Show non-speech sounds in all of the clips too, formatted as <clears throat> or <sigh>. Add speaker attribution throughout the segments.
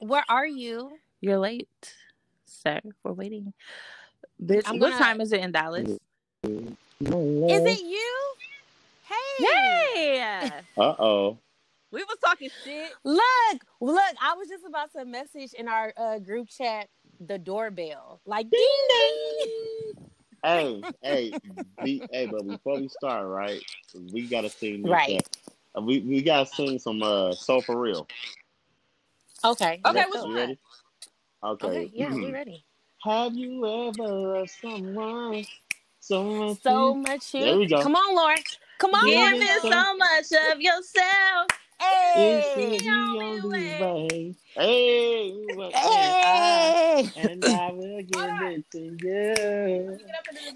Speaker 1: Where are you?
Speaker 2: You're late, sir. We're waiting. Bitch,
Speaker 1: I'm
Speaker 2: what
Speaker 1: gonna-
Speaker 2: time is it in Dallas?
Speaker 1: Is it you? Hey.
Speaker 2: Hey,
Speaker 3: Uh oh.
Speaker 2: we was talking shit.
Speaker 1: Look, look, I was just about to message in our uh, group chat the doorbell. Like ding ding.
Speaker 3: Hey, hey, be, hey, but before we start, right, we gotta sing. this
Speaker 1: Right.
Speaker 3: shit. Uh, We we gotta sing some uh soul for real.
Speaker 1: Okay.
Speaker 2: Okay,
Speaker 3: Ready?
Speaker 2: which
Speaker 3: You
Speaker 2: one?
Speaker 3: ready? Okay. Mm-hmm.
Speaker 1: Okay, yeah, we ready.
Speaker 3: Have you ever loved someone so much?
Speaker 1: So
Speaker 3: you-
Speaker 1: much you.
Speaker 3: There we go.
Speaker 1: Come on, Lauren. Come on,
Speaker 3: Yeah,
Speaker 1: Lauren.
Speaker 2: Give
Speaker 3: miss.
Speaker 2: it so much of yourself.
Speaker 3: It's
Speaker 1: Hey.
Speaker 3: the only way. Hey, you
Speaker 1: <laughs>
Speaker 3: up there.
Speaker 1: Hey.
Speaker 3: and I will give it to you.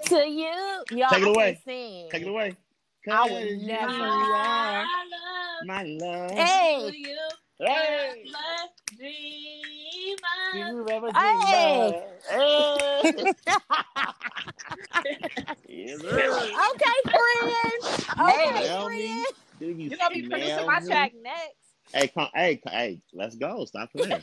Speaker 1: To you. Y'all,
Speaker 3: Take it
Speaker 1: I
Speaker 3: away.
Speaker 1: can't sing.
Speaker 3: Take it away.
Speaker 1: I would
Speaker 3: Cause you
Speaker 1: never.
Speaker 3: are
Speaker 2: I
Speaker 3: My
Speaker 2: love
Speaker 3: love.
Speaker 1: Hey.
Speaker 2: you.
Speaker 3: Hey.
Speaker 2: Love <laughs> dreamer.
Speaker 3: You ever
Speaker 1: Hey.
Speaker 2: <laughs>
Speaker 3: Hey. <laughs>
Speaker 1: Okay, friends. Okay,
Speaker 3: Nail me.
Speaker 1: friends.
Speaker 2: You gonna be producing my track next?
Speaker 3: Hey, come, hey, come- hey, let's
Speaker 2: <laughs>
Speaker 3: go. Stop playing.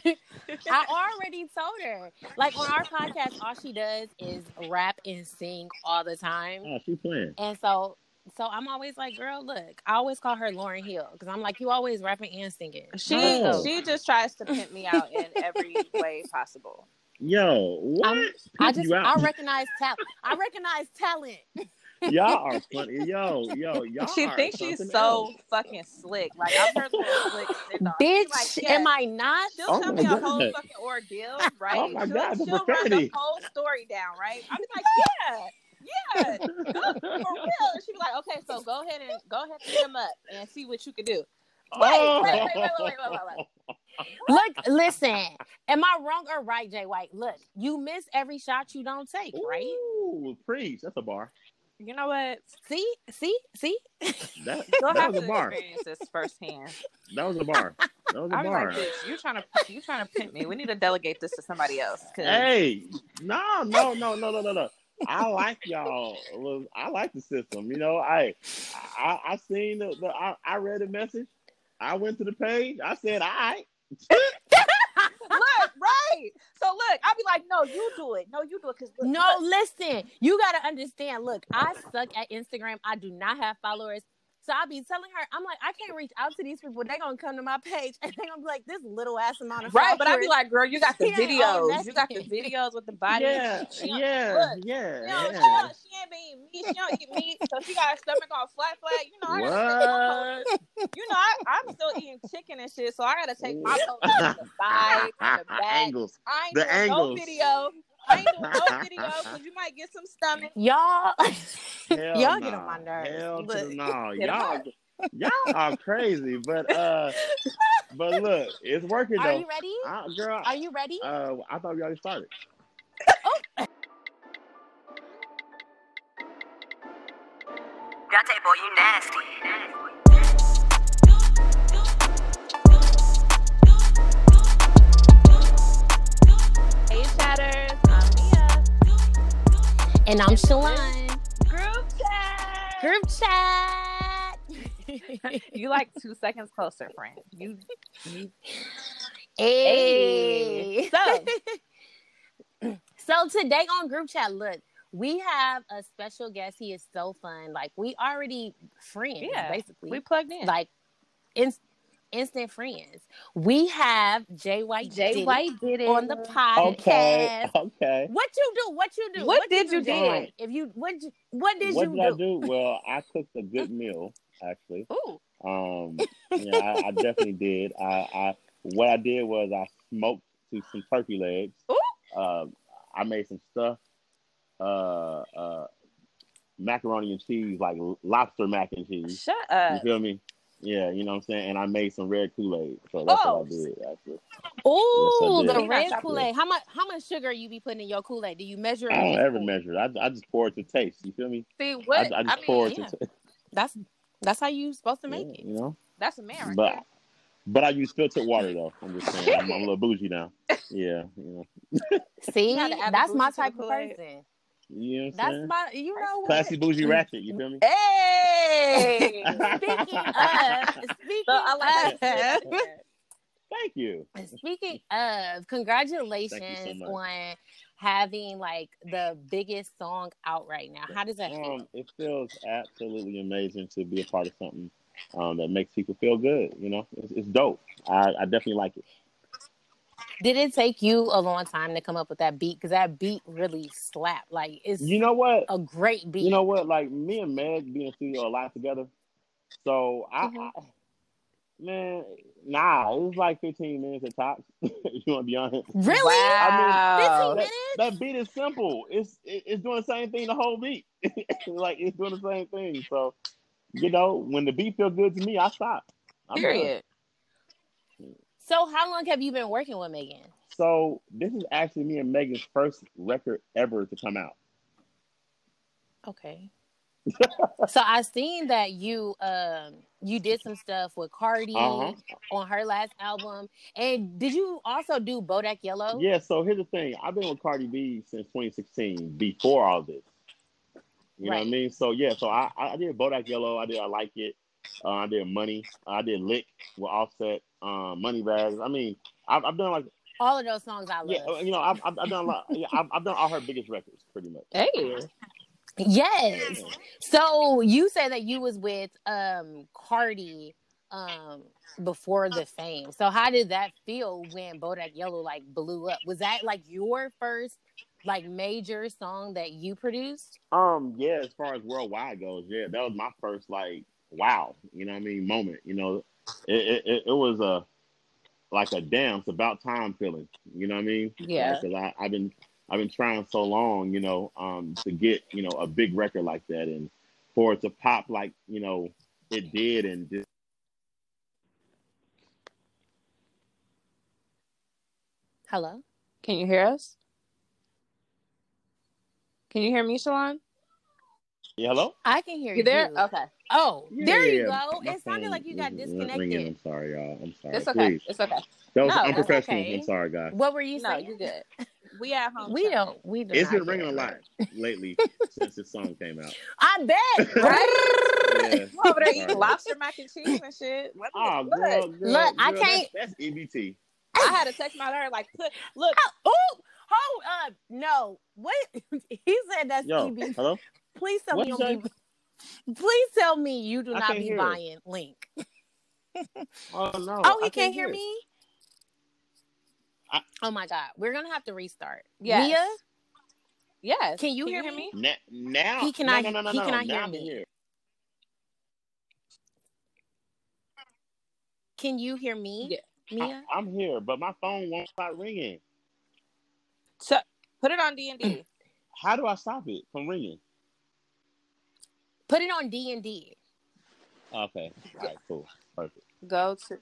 Speaker 1: I already told her. Like on our podcast, all she does is rap and sing all the time.
Speaker 3: oh, she playing.
Speaker 1: And so so I'm always like, girl, look, I always call her Lauren Hill because I'm like, you always rapping and singing.
Speaker 2: She
Speaker 3: Oh.
Speaker 2: she just tries to pimp me out in <laughs> every way possible. Um,
Speaker 3: Yo, what?
Speaker 1: I'm- I
Speaker 3: Pick
Speaker 1: just
Speaker 3: you
Speaker 1: I
Speaker 3: out.
Speaker 1: recognize talent. I recognize talent.
Speaker 3: <laughs> y'all are funny. Yo, yo, y'all.
Speaker 2: <laughs> She
Speaker 3: are
Speaker 2: thinks she's
Speaker 3: something
Speaker 2: so
Speaker 3: else.
Speaker 2: fucking slick. Like I've heard little slick shit on.
Speaker 1: Bitch,
Speaker 2: She like, yeah,
Speaker 1: am I not?
Speaker 2: She'll
Speaker 3: Oh
Speaker 2: tell
Speaker 3: my
Speaker 2: me a whole
Speaker 3: God.
Speaker 2: fucking ordeal, right?
Speaker 3: <laughs> Oh my
Speaker 2: she'll,
Speaker 3: God, the
Speaker 2: she'll run the
Speaker 3: profanity.
Speaker 2: whole story down, right? I'm
Speaker 3: <laughs>
Speaker 2: like, yeah, yeah, <laughs> for real. And she'd be like, okay, so go ahead and go ahead and hit him up and see what you can do.
Speaker 3: Oh.
Speaker 2: wait, wait, wait, wait, wait, wait, wait.
Speaker 1: Look, listen. Am I wrong or right, Jay White? Look, you miss every shot you don't take, right?
Speaker 3: Ooh, preach. That's a bar.
Speaker 2: <laughs> You know what?
Speaker 1: See, see, see.
Speaker 3: That,
Speaker 2: You'll
Speaker 3: that
Speaker 2: have
Speaker 3: was
Speaker 2: to
Speaker 3: a bar.
Speaker 2: experience this firsthand.
Speaker 3: That was a bar. That
Speaker 2: <laughs>
Speaker 3: was a
Speaker 2: I'm
Speaker 3: bar.
Speaker 2: like, bitch, you trying to you trying to pimp me. We need to delegate this to somebody else. 'cause-
Speaker 3: hey, no, no, no, no, no, no, no. I like y'all. Well, I like the system. You know, I, I, I seen the, the I, I read the message. I went to the page. I said, "All right,
Speaker 2: look, right. So look, I'll be like, no, you do it. No, you do it. Cause look,
Speaker 1: No, listen, you got to understand. Look, I suck at Instagram. I do not have followers. So I'll be telling her, I'm like, I can't reach out to these people. They're going to come to my page <laughs> and they're going to be like, this little ass amount of
Speaker 2: Right, but I'd
Speaker 1: followers.
Speaker 2: be like, girl, you got the
Speaker 1: She ain't own
Speaker 2: videos. You got the
Speaker 1: nothing.
Speaker 2: videos
Speaker 3: <laughs>
Speaker 2: with the body.
Speaker 3: yeah,
Speaker 2: She don't-
Speaker 3: yeah,
Speaker 2: look,
Speaker 3: yeah,
Speaker 2: You know, she,
Speaker 3: yeah."
Speaker 2: don't, she ain't being meat. She don't eat meat, so she got her stomach all flat, flat. You know, I gotta,
Speaker 3: What?
Speaker 2: you know, I, I'm still eating chicken and shit, so I gotta take my photos from the
Speaker 3: <laughs>
Speaker 2: side, from the back.
Speaker 3: Angles.
Speaker 2: I ain't
Speaker 3: The
Speaker 2: doing
Speaker 3: angles.
Speaker 2: no video. I ain't doing no video because you might get some stomach.
Speaker 1: Y'all, <laughs>
Speaker 3: Hell
Speaker 1: Y'all get
Speaker 3: nah.
Speaker 1: on my nerves.
Speaker 3: Hell to
Speaker 1: Look, <laughs>
Speaker 3: the no.
Speaker 2: get
Speaker 3: Y'all, <laughs> y'all are crazy. But uh, but look, it's working
Speaker 1: are
Speaker 3: though.
Speaker 1: you ready?
Speaker 3: I, girl,
Speaker 1: Are you ready?
Speaker 3: uh, I thought we already started.
Speaker 4: Dante boy, you nasty.
Speaker 2: Hey, chatters, I'm Mia.
Speaker 1: And I'm Shalon.
Speaker 2: Group chat.
Speaker 1: Group chat.
Speaker 2: <laughs> You like two seconds closer, friend. You
Speaker 1: hey.
Speaker 2: So-
Speaker 1: <laughs> so today on group chat, look, we have a special guest. He is so fun. Like, we already friends,
Speaker 2: Yeah,
Speaker 1: basically.
Speaker 2: we plugged in.
Speaker 1: like in, instant friends. We have Jay White. Diddy
Speaker 2: did it
Speaker 1: on the podcast.
Speaker 3: Okay, okay.
Speaker 1: What you do? What you do?
Speaker 2: What did you
Speaker 1: Jay
Speaker 2: do?
Speaker 1: White? If you what you- what did
Speaker 3: what
Speaker 1: you
Speaker 3: did I
Speaker 1: do? <laughs>
Speaker 3: do? Well, I cooked a good meal, actually.
Speaker 2: Ooh,
Speaker 3: Um, yeah, I, I definitely did. I, I what I did was I smoked to some turkey legs. Um, I made some stuff, uh, uh, macaroni and cheese, like l- lobster mac and cheese.
Speaker 2: shut
Speaker 3: You
Speaker 2: up.
Speaker 3: feel me? Yeah, you know what I'm saying. And I made some red Kool Aid, so that's
Speaker 2: Oh.
Speaker 3: what I did. Actually,
Speaker 1: Ooh,
Speaker 3: Yes, I did.
Speaker 1: the
Speaker 2: We not
Speaker 1: red
Speaker 2: shopping.
Speaker 1: Kool Aid. How much how much sugar you be putting in your Kool Aid? Do you measure? it?
Speaker 3: I don't ever measure it. I, I just pour it to taste. You feel me?
Speaker 2: See what?
Speaker 3: I, I
Speaker 2: I,
Speaker 3: just
Speaker 2: mean,
Speaker 3: pour it
Speaker 1: yeah.
Speaker 3: to taste.
Speaker 1: That's that's how you supposed to
Speaker 3: Yeah, <laughs>
Speaker 1: make
Speaker 3: you know.
Speaker 2: that's a man. Right
Speaker 3: But but I use filtered water though. I'm just saying, I'm, I'm a little bougie now. Yeah, you know,
Speaker 1: it. See,
Speaker 2: You gotta add
Speaker 1: that's
Speaker 2: the
Speaker 1: my
Speaker 2: booze to the
Speaker 1: type of
Speaker 2: Kool-Aid.
Speaker 1: person.
Speaker 3: you know what I'm
Speaker 1: That's
Speaker 3: saying?
Speaker 1: my you know what.
Speaker 3: Classy bougie ratchet. You feel me?
Speaker 2: there. Hey. <laughs>
Speaker 3: <laughs>
Speaker 1: Speaking of, speaking
Speaker 2: So I like <laughs>
Speaker 1: of,
Speaker 2: that.
Speaker 3: Thank you.
Speaker 1: And speaking of, congratulations
Speaker 3: Thank you so much.
Speaker 1: on having like the biggest song out right now. How does that feel?
Speaker 3: Um, it feels absolutely amazing to be a part of something um, that makes people feel good. You know, it's, it's dope. I, I definitely like it.
Speaker 1: Did it take you a long time to come up with that beat? Because that beat really slapped. Like it's
Speaker 3: You know what?
Speaker 1: a great beat.
Speaker 3: You know what? Like me and Meg be in the studio a lot together. So I,
Speaker 1: Mhm.
Speaker 3: I man, nah, it was like 15 minutes at tops. <laughs> you want to be honest?
Speaker 1: really? 15
Speaker 2: Wow.
Speaker 1: minutes?
Speaker 3: That beat is simple. It's it, it's doing the same thing the whole beat. <laughs> like it's doing the same thing. So you know, when the beat feel good to me, I stop. I'm done.
Speaker 2: Period.
Speaker 1: So how long have you been working with Megan?
Speaker 3: So this is actually me and Megan's first record ever to come out. <laughs>
Speaker 1: Okay. so I seen that you um you did some stuff with Cardi
Speaker 3: Uh-huh.
Speaker 1: on her last album. And did you also do Bodak Yellow?
Speaker 3: Yeah, so here's the thing. I've been with Cardi B since 2016, before all this. You know what I
Speaker 1: Right.
Speaker 3: mean? So yeah, so I, I I did Bodak Yellow, I did I Like It, uh, I did Money, I did Lick with Offset, um, Money Bags. I mean, I've, I've done like
Speaker 1: All of those songs I love.
Speaker 3: yeah, uh, you know, I've, I've, I've done a lot. Yeah, I've, I've done all her biggest records pretty much.
Speaker 2: Hey.
Speaker 1: Yes. So you said that you was with um Cardi um before the fame. So how did that feel when Bodak Yellow like blew up? Was that like your first like major song that you produced?
Speaker 3: Um, yeah, as far as worldwide goes, yeah, that was my first like wow, you know what I mean, moment. You know, it it, it, it was a like a damn, it's about time feeling. You know what I mean?
Speaker 2: Yeah.
Speaker 3: Because I I've been I've been trying so long, you know, um, to get you know a big record like that, and for it to pop like you know it did, and just
Speaker 1: Hello?
Speaker 2: Can you hear us? Can you hear me, Shalon?
Speaker 3: yeah, hello.
Speaker 1: I can hear you.
Speaker 2: You there? Okay.
Speaker 1: Oh, there you
Speaker 3: Yeah,
Speaker 1: go.
Speaker 3: my
Speaker 1: It sounded
Speaker 3: phone
Speaker 1: like you got
Speaker 3: was Ringing.
Speaker 1: disconnected.
Speaker 3: I'm sorry, y'all. I'm sorry.
Speaker 2: It's okay.
Speaker 3: Please.
Speaker 2: It's okay.
Speaker 3: That
Speaker 2: No,
Speaker 3: was
Speaker 2: that's
Speaker 3: unprofessional.
Speaker 1: okay.
Speaker 3: I'm sorry, guys.
Speaker 1: What were you
Speaker 2: No,
Speaker 1: saying?
Speaker 2: you good. <laughs> We at home.
Speaker 1: We don't we don't.
Speaker 3: It's been ringing a lot lately
Speaker 1: <laughs>
Speaker 3: since this song came out.
Speaker 1: I bet.
Speaker 3: <laughs> Yeah.
Speaker 1: <laughs>
Speaker 2: You over there eating
Speaker 3: Sorry.
Speaker 2: lobster mac and cheese and shit. What the-
Speaker 3: Oh,
Speaker 2: look,
Speaker 3: girl, girl,
Speaker 1: Look, I
Speaker 3: girl,
Speaker 1: can't-
Speaker 3: That's, E that's EBT.
Speaker 2: I had to text my daughter like, put look,
Speaker 1: Oh, hold up. No. What <laughs> he said that's E
Speaker 3: Yo,
Speaker 1: EBT.
Speaker 3: hello.
Speaker 1: Please tell me you
Speaker 3: What'd
Speaker 1: don't be,
Speaker 3: you
Speaker 1: Please tell me you do
Speaker 3: I
Speaker 1: not
Speaker 3: can't
Speaker 1: be
Speaker 3: hear.
Speaker 1: buying Link.
Speaker 3: Oh no.
Speaker 1: Oh,
Speaker 3: I
Speaker 1: he can't hear me.
Speaker 3: I-
Speaker 1: oh my God, we're gonna have to restart.
Speaker 2: Yes.
Speaker 1: Mia,
Speaker 2: yes.
Speaker 1: can you hear me?
Speaker 3: Na- now
Speaker 1: He cannot-
Speaker 3: No, no, no, no,
Speaker 1: he
Speaker 3: no.
Speaker 1: cannot
Speaker 3: now
Speaker 1: hear
Speaker 3: I can
Speaker 1: me.
Speaker 3: hear.
Speaker 1: can you hear me?
Speaker 2: Yeah.
Speaker 1: Mia,
Speaker 3: I, am here, but my phone won't stop ringing.
Speaker 2: So put it on D and D.
Speaker 3: How do I stop it from ringing?
Speaker 1: put it on D and D.
Speaker 3: Okay. All right. Cool. Perfect.
Speaker 2: Go to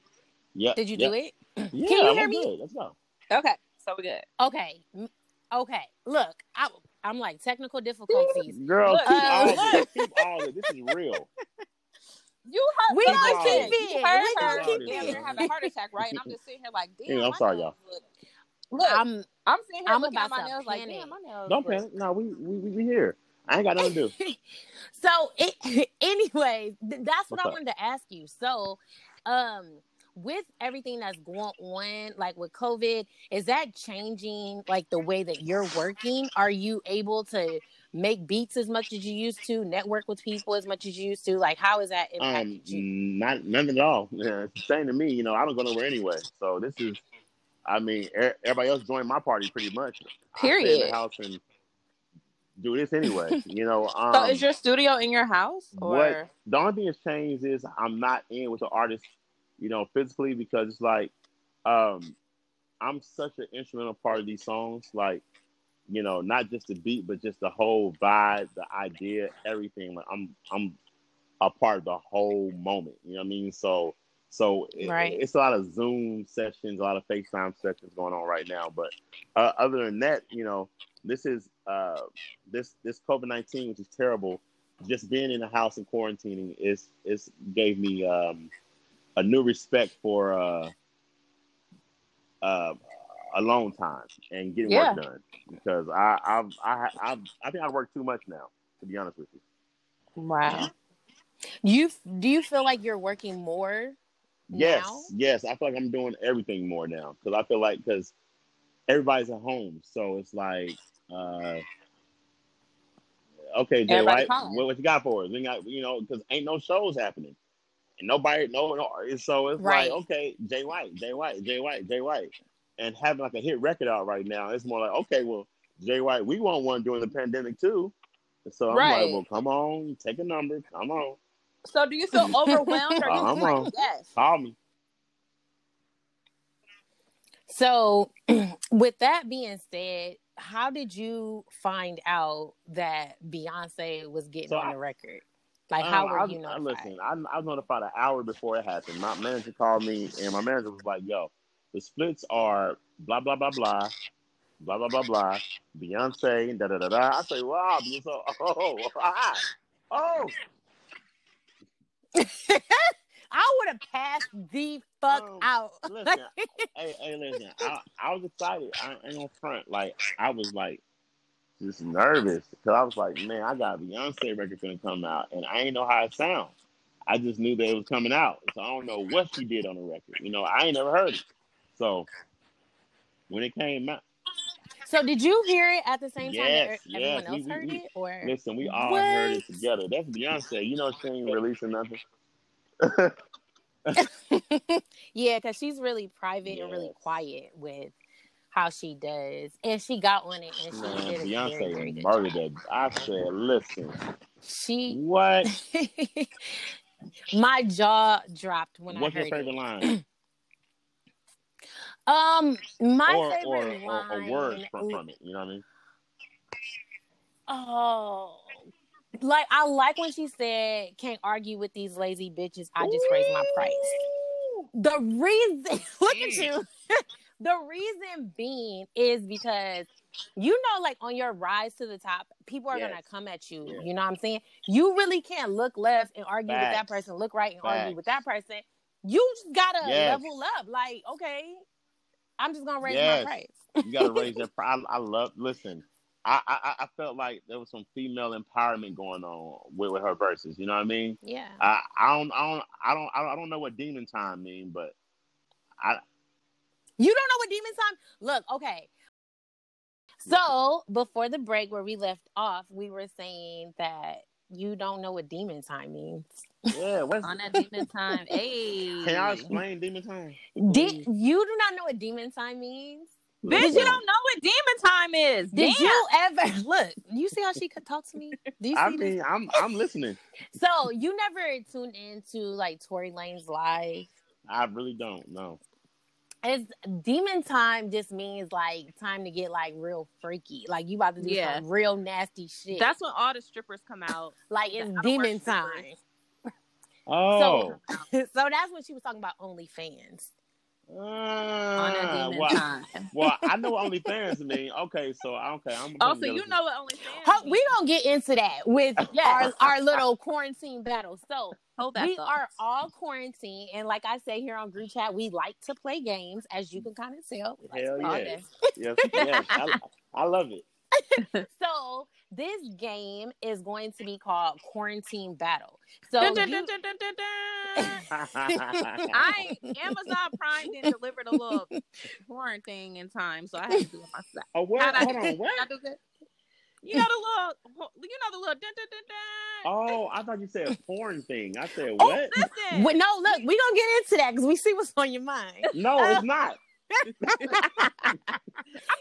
Speaker 3: Yep.
Speaker 1: Did you do it?
Speaker 3: it? Yeah,
Speaker 1: Can you
Speaker 3: I'm
Speaker 1: hear me?
Speaker 3: Good. Let's go.
Speaker 2: Okay. So we good.
Speaker 1: Okay, M- okay. Look, I, I'm like technical
Speaker 3: <laughs>
Speaker 1: difficulties.
Speaker 3: Girl,
Speaker 2: Look,
Speaker 3: keep, all
Speaker 1: uh,
Speaker 3: this. keep all this. This
Speaker 1: <laughs>
Speaker 3: is real.
Speaker 2: You heard
Speaker 1: We
Speaker 2: the
Speaker 1: gonna
Speaker 2: lady.
Speaker 1: keep it.
Speaker 2: You heard
Speaker 1: We
Speaker 2: her.
Speaker 1: gonna keep
Speaker 2: damn
Speaker 3: it.
Speaker 2: near have a heart attack, right? And I'm just sitting here like, damn.
Speaker 3: <laughs> Yeah, I'm
Speaker 2: my
Speaker 3: sorry,
Speaker 2: nails look- Look, I'm,
Speaker 1: I'm
Speaker 2: sitting here
Speaker 1: I'm
Speaker 2: looking at
Speaker 1: about
Speaker 2: my
Speaker 1: to
Speaker 2: nails like,
Speaker 1: panic.
Speaker 2: damn, my nails.
Speaker 3: Don't
Speaker 2: look-
Speaker 3: panic. No, we we we, we here. I ain't got nothing to do.
Speaker 1: so. It, <laughs> anyway, th- that's what
Speaker 3: What's
Speaker 1: I
Speaker 3: up?
Speaker 1: wanted to ask you. So, um, with everything that's going on, like with COVID, is that changing like the way that you're working? Are you able to make beats as much as you used to, network with people as much as you used to? Like, how is that impacting
Speaker 3: Um,
Speaker 1: you?
Speaker 3: not nothing at all. <laughs> Yeah, it's the same to me. You know, I don't go nowhere anyway. So this is, I mean, er- everybody else joined my party pretty much. I stay in
Speaker 2: Period.
Speaker 3: the house and do this anyway. you know,
Speaker 2: <laughs>
Speaker 3: um,
Speaker 2: So is your studio in your house or
Speaker 3: what the only thing that's changed is I'm not in with the artist, you know, physically because it's like, um, I'm such an instrumental part of these songs. Like, you know, not just the beat, but just the whole vibe, the idea, everything. Like, I'm, I'm a part of the whole moment. You know what I mean? So, so it-
Speaker 1: Right.
Speaker 3: it's a lot of Zoom sessions, a lot of FaceTime sessions going on right now. But uh, other than that, you know, this is uh, this this COVID nineteen, which is terrible. Just being in the house and quarantining is is gave me um, a new respect for uh, uh, alone time and getting
Speaker 2: Yeah.
Speaker 3: work done because I I've, I I've, I think I work too much now. To be honest with you.
Speaker 2: wow.
Speaker 1: You do you feel like you're working more
Speaker 3: Yes,
Speaker 1: now?
Speaker 3: yes. I feel like I'm doing everything more now because I feel like because everybody's at home, so it's like, uh, okay, Jay
Speaker 1: Everybody
Speaker 3: White,
Speaker 1: calling.
Speaker 3: what, what you got for us? We got you know because ain't no shows happening, and nobody, no, no. and So it's
Speaker 1: Right.
Speaker 3: like, okay, Jay White, Jay White, Jay White, Jay White, and having like a hit record out right now, it's more like, okay, well, Jay White, we want one during the pandemic too. So I'm
Speaker 2: Right.
Speaker 3: like, well, come on, take a number, come on,
Speaker 2: So do
Speaker 1: <laughs>
Speaker 2: you feel overwhelmed or
Speaker 3: Uh-huh.
Speaker 2: just like yes?
Speaker 3: call me.
Speaker 1: So, <clears throat> with that being said, how did you find out that Beyonce was getting
Speaker 3: So
Speaker 1: on
Speaker 3: I-
Speaker 1: the record? Like,
Speaker 3: Um,
Speaker 1: how were
Speaker 3: I,
Speaker 1: you
Speaker 3: I
Speaker 1: notified?
Speaker 3: listen. I, I was notified an hour before it happened. My manager called me, and my manager was like, "Yo, the splits are blah blah blah blah, blah blah blah blah. Beyonce, da da da da." I say, "Wow, Beyonce, <laughs> oh, ah, oh,
Speaker 1: <laughs> I would have passed the fuck
Speaker 3: Um, <laughs>
Speaker 1: out. <laughs>
Speaker 3: listen, hey, hey, listen. I, I was excited. I ain't on front. Like I was like just nervous because I was like, man, I got a Beyonce record gonna come out, and I ain't know how it sounds. I just knew that it was coming out, so I don't know what she did on the record. You know, I ain't never heard it. So when it came out,
Speaker 1: so, did you hear it at the same
Speaker 3: Yes,
Speaker 1: time that er, everyone
Speaker 3: yes,
Speaker 1: else
Speaker 3: we- we-
Speaker 1: heard
Speaker 3: we-
Speaker 1: it? Or
Speaker 3: listen, we all
Speaker 1: What?
Speaker 3: heard it together. That's Beyonce. You know she ain't releasing nothing.
Speaker 1: <laughs> yeah, because she's really private and really
Speaker 3: Yes.
Speaker 1: quiet with how she does, and she got on it and she
Speaker 3: Man,
Speaker 1: did a very, very
Speaker 3: Beyonce
Speaker 1: good
Speaker 3: murdered
Speaker 1: job.
Speaker 3: that. I said, listen,
Speaker 1: She, <laughs>
Speaker 3: what?
Speaker 1: my jaw dropped when
Speaker 3: What's
Speaker 1: I
Speaker 3: your
Speaker 1: heard
Speaker 3: favorite
Speaker 1: it.
Speaker 3: line
Speaker 1: Um, my
Speaker 3: or, or
Speaker 1: favorite
Speaker 3: or
Speaker 1: line.
Speaker 3: a word from, from it? You know what I mean?
Speaker 1: Oh, like I like when she said, "Can't argue with these lazy bitches." I just raised my price. The reason, <laughs> look at you. the reason being is because you know, like on your rise to the top, people are
Speaker 3: Yes.
Speaker 1: gonna come at you.
Speaker 3: Yes.
Speaker 1: You know what I'm saying? You really can't look left and argue with that
Speaker 3: Facts.
Speaker 1: person, look right and argue
Speaker 3: Facts.
Speaker 1: with that person. You just gotta
Speaker 3: Yes.
Speaker 1: level up. Like, okay, I'm just gonna raise
Speaker 3: Yes.
Speaker 1: my price.
Speaker 3: You gotta
Speaker 1: <laughs>
Speaker 3: raise that. I, I love. Listen, I, I I felt like there was some female empowerment going on with, with her verses. You know what I mean?
Speaker 1: Yeah.
Speaker 3: I, I don't I don't I don't I don't- I don't know what demon time mean, but I
Speaker 1: You don't know what demon time? Look, okay. So before the break where we left off, we were saying that you don't know what demon time means.
Speaker 3: yeah. What's,
Speaker 2: On that demon time, hey.
Speaker 3: can y'all explain demon time?
Speaker 1: Did you do not know what demon time means?
Speaker 2: Bitch, you don't know what demon time is.
Speaker 1: Did
Speaker 2: Damn.
Speaker 1: you ever look? You see how she could talk to me? Do <laughs> you see
Speaker 3: I
Speaker 1: this?
Speaker 3: mean, I'm I'm listening.
Speaker 1: So you never tune into like Tory Lane's live.
Speaker 3: I really don't know.
Speaker 1: It's demon time just means like time to get like real freaky. Like you about to do
Speaker 2: Yeah.
Speaker 1: some real nasty shit.
Speaker 2: That's when all the strippers come out.
Speaker 1: like
Speaker 2: I
Speaker 1: it's
Speaker 2: don't
Speaker 1: demon
Speaker 2: work for
Speaker 1: time.
Speaker 2: free.
Speaker 3: Oh,
Speaker 1: <laughs> so that's what she was talking about OnlyFans.
Speaker 2: on that
Speaker 3: Oh, Ah,
Speaker 2: demon
Speaker 3: well,
Speaker 2: time.
Speaker 3: well, I
Speaker 1: <laughs>
Speaker 3: know what OnlyFans mean. Okay, so okay, I'm.
Speaker 2: Oh, so you know what OnlyFans?
Speaker 1: Ho- we gonna get into that
Speaker 3: <laughs>
Speaker 1: with
Speaker 2: Yes.
Speaker 1: our, our little quarantine battle. So
Speaker 2: hold that.
Speaker 1: we
Speaker 2: thought.
Speaker 1: are all quarantined, and like I say here on group chat, we like to play games, as you can kind of tell. We like to
Speaker 3: Hell
Speaker 1: play
Speaker 3: yeah.
Speaker 1: games.
Speaker 3: Yes, yes, I, I love <laughs> it.
Speaker 1: So this game is going to be called quarantine battle. So
Speaker 2: Dun, dun,
Speaker 1: you-
Speaker 2: dun, dun, dun, dun,
Speaker 1: <laughs>
Speaker 2: dun.
Speaker 3: I,
Speaker 2: <laughs> I Amazon Prime didn't deliver the little porn thing in time, so I had to do it myself.
Speaker 3: oh, what?
Speaker 2: How'd I
Speaker 3: Hold
Speaker 2: do
Speaker 3: on,
Speaker 2: it?
Speaker 3: what?
Speaker 2: How'd I do it? You know the little, you know the little. Dun, dun, dun, dun.
Speaker 3: Oh, I thought you said a porn thing. I said what?
Speaker 2: Listen,
Speaker 1: Wait, no, look, we gonna get into that because we see what's on your mind.
Speaker 3: no, it's not.
Speaker 2: I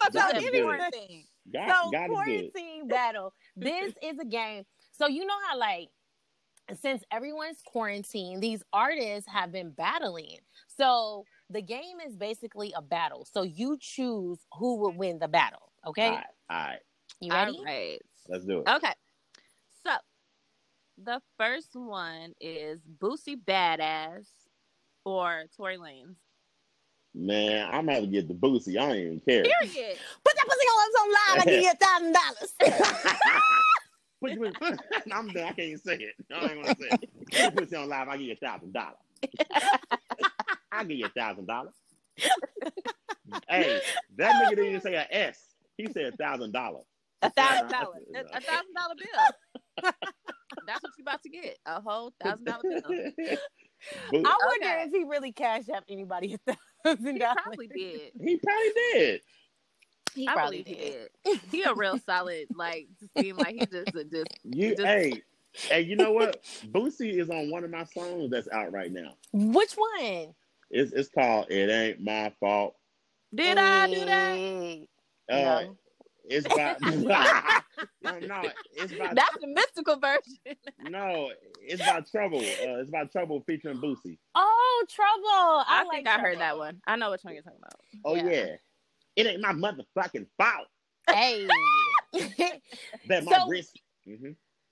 Speaker 2: thought
Speaker 3: that
Speaker 2: you
Speaker 3: is
Speaker 2: said
Speaker 3: good.
Speaker 2: porn thing.
Speaker 3: God,
Speaker 1: so
Speaker 3: God is good.
Speaker 1: quarantine battle. This is a game. So you know how like since everyone's quarantined, these artists have been battling. So the game is basically a battle. So you choose who will win the battle. Okay,
Speaker 3: All right, all right,
Speaker 1: you ready?
Speaker 2: All right.
Speaker 3: let's do it.
Speaker 2: Okay. So the first one is Boosie Badass or Tory Lanez.
Speaker 3: Man, I'm gonna have to get the boozy. I don't even care. <laughs>
Speaker 2: Period.
Speaker 1: Put that pussy on up so loud, I give you a thousand dollars.
Speaker 3: Put- put- <laughs> I'm done. I can't even say it. I ain't gonna say it. You put it on live. I give you a thousand dollars. I give you a thousand <laughs> dollars. Hey, that nigga didn't even say a S. He said thousand dollars.
Speaker 2: A thousand dollars. A a thousand
Speaker 1: <laughs>
Speaker 3: <laughs> <laughs>
Speaker 2: dollar bill. That's what you're about to get. A whole thousand dollar bill.
Speaker 3: But
Speaker 4: I wonder
Speaker 2: Okay.
Speaker 4: if he really cashed out anybody a thousand
Speaker 2: He
Speaker 4: dollars.
Speaker 2: probably did.
Speaker 3: he probably did.
Speaker 1: He
Speaker 2: I
Speaker 1: probably
Speaker 2: believe he
Speaker 1: did.
Speaker 2: did. He a real solid. Like just seemed like he just a <laughs> just.
Speaker 3: You
Speaker 2: Just-
Speaker 3: hey, and you know what? Boosie is on one of my songs that's out right now.
Speaker 1: Which one?
Speaker 3: It's it's called "It Ain't My Fault."
Speaker 2: Did I do that?
Speaker 1: Mm,
Speaker 3: Uh,
Speaker 1: No. <laughs>
Speaker 3: It's by <laughs> no, no, it's by
Speaker 2: That's the mystical version.
Speaker 3: no, it's by Trouble. Uh, it's by Trouble featuring Boosie.
Speaker 1: Oh, trouble! I,
Speaker 2: I,
Speaker 1: like
Speaker 2: think I heard that one. I know which one you're talking about.
Speaker 3: Oh
Speaker 1: Yeah.
Speaker 3: yeah. it ain't my motherfucking fault
Speaker 1: <laughs> Hey,
Speaker 3: that my
Speaker 1: So-
Speaker 3: wrist. hmm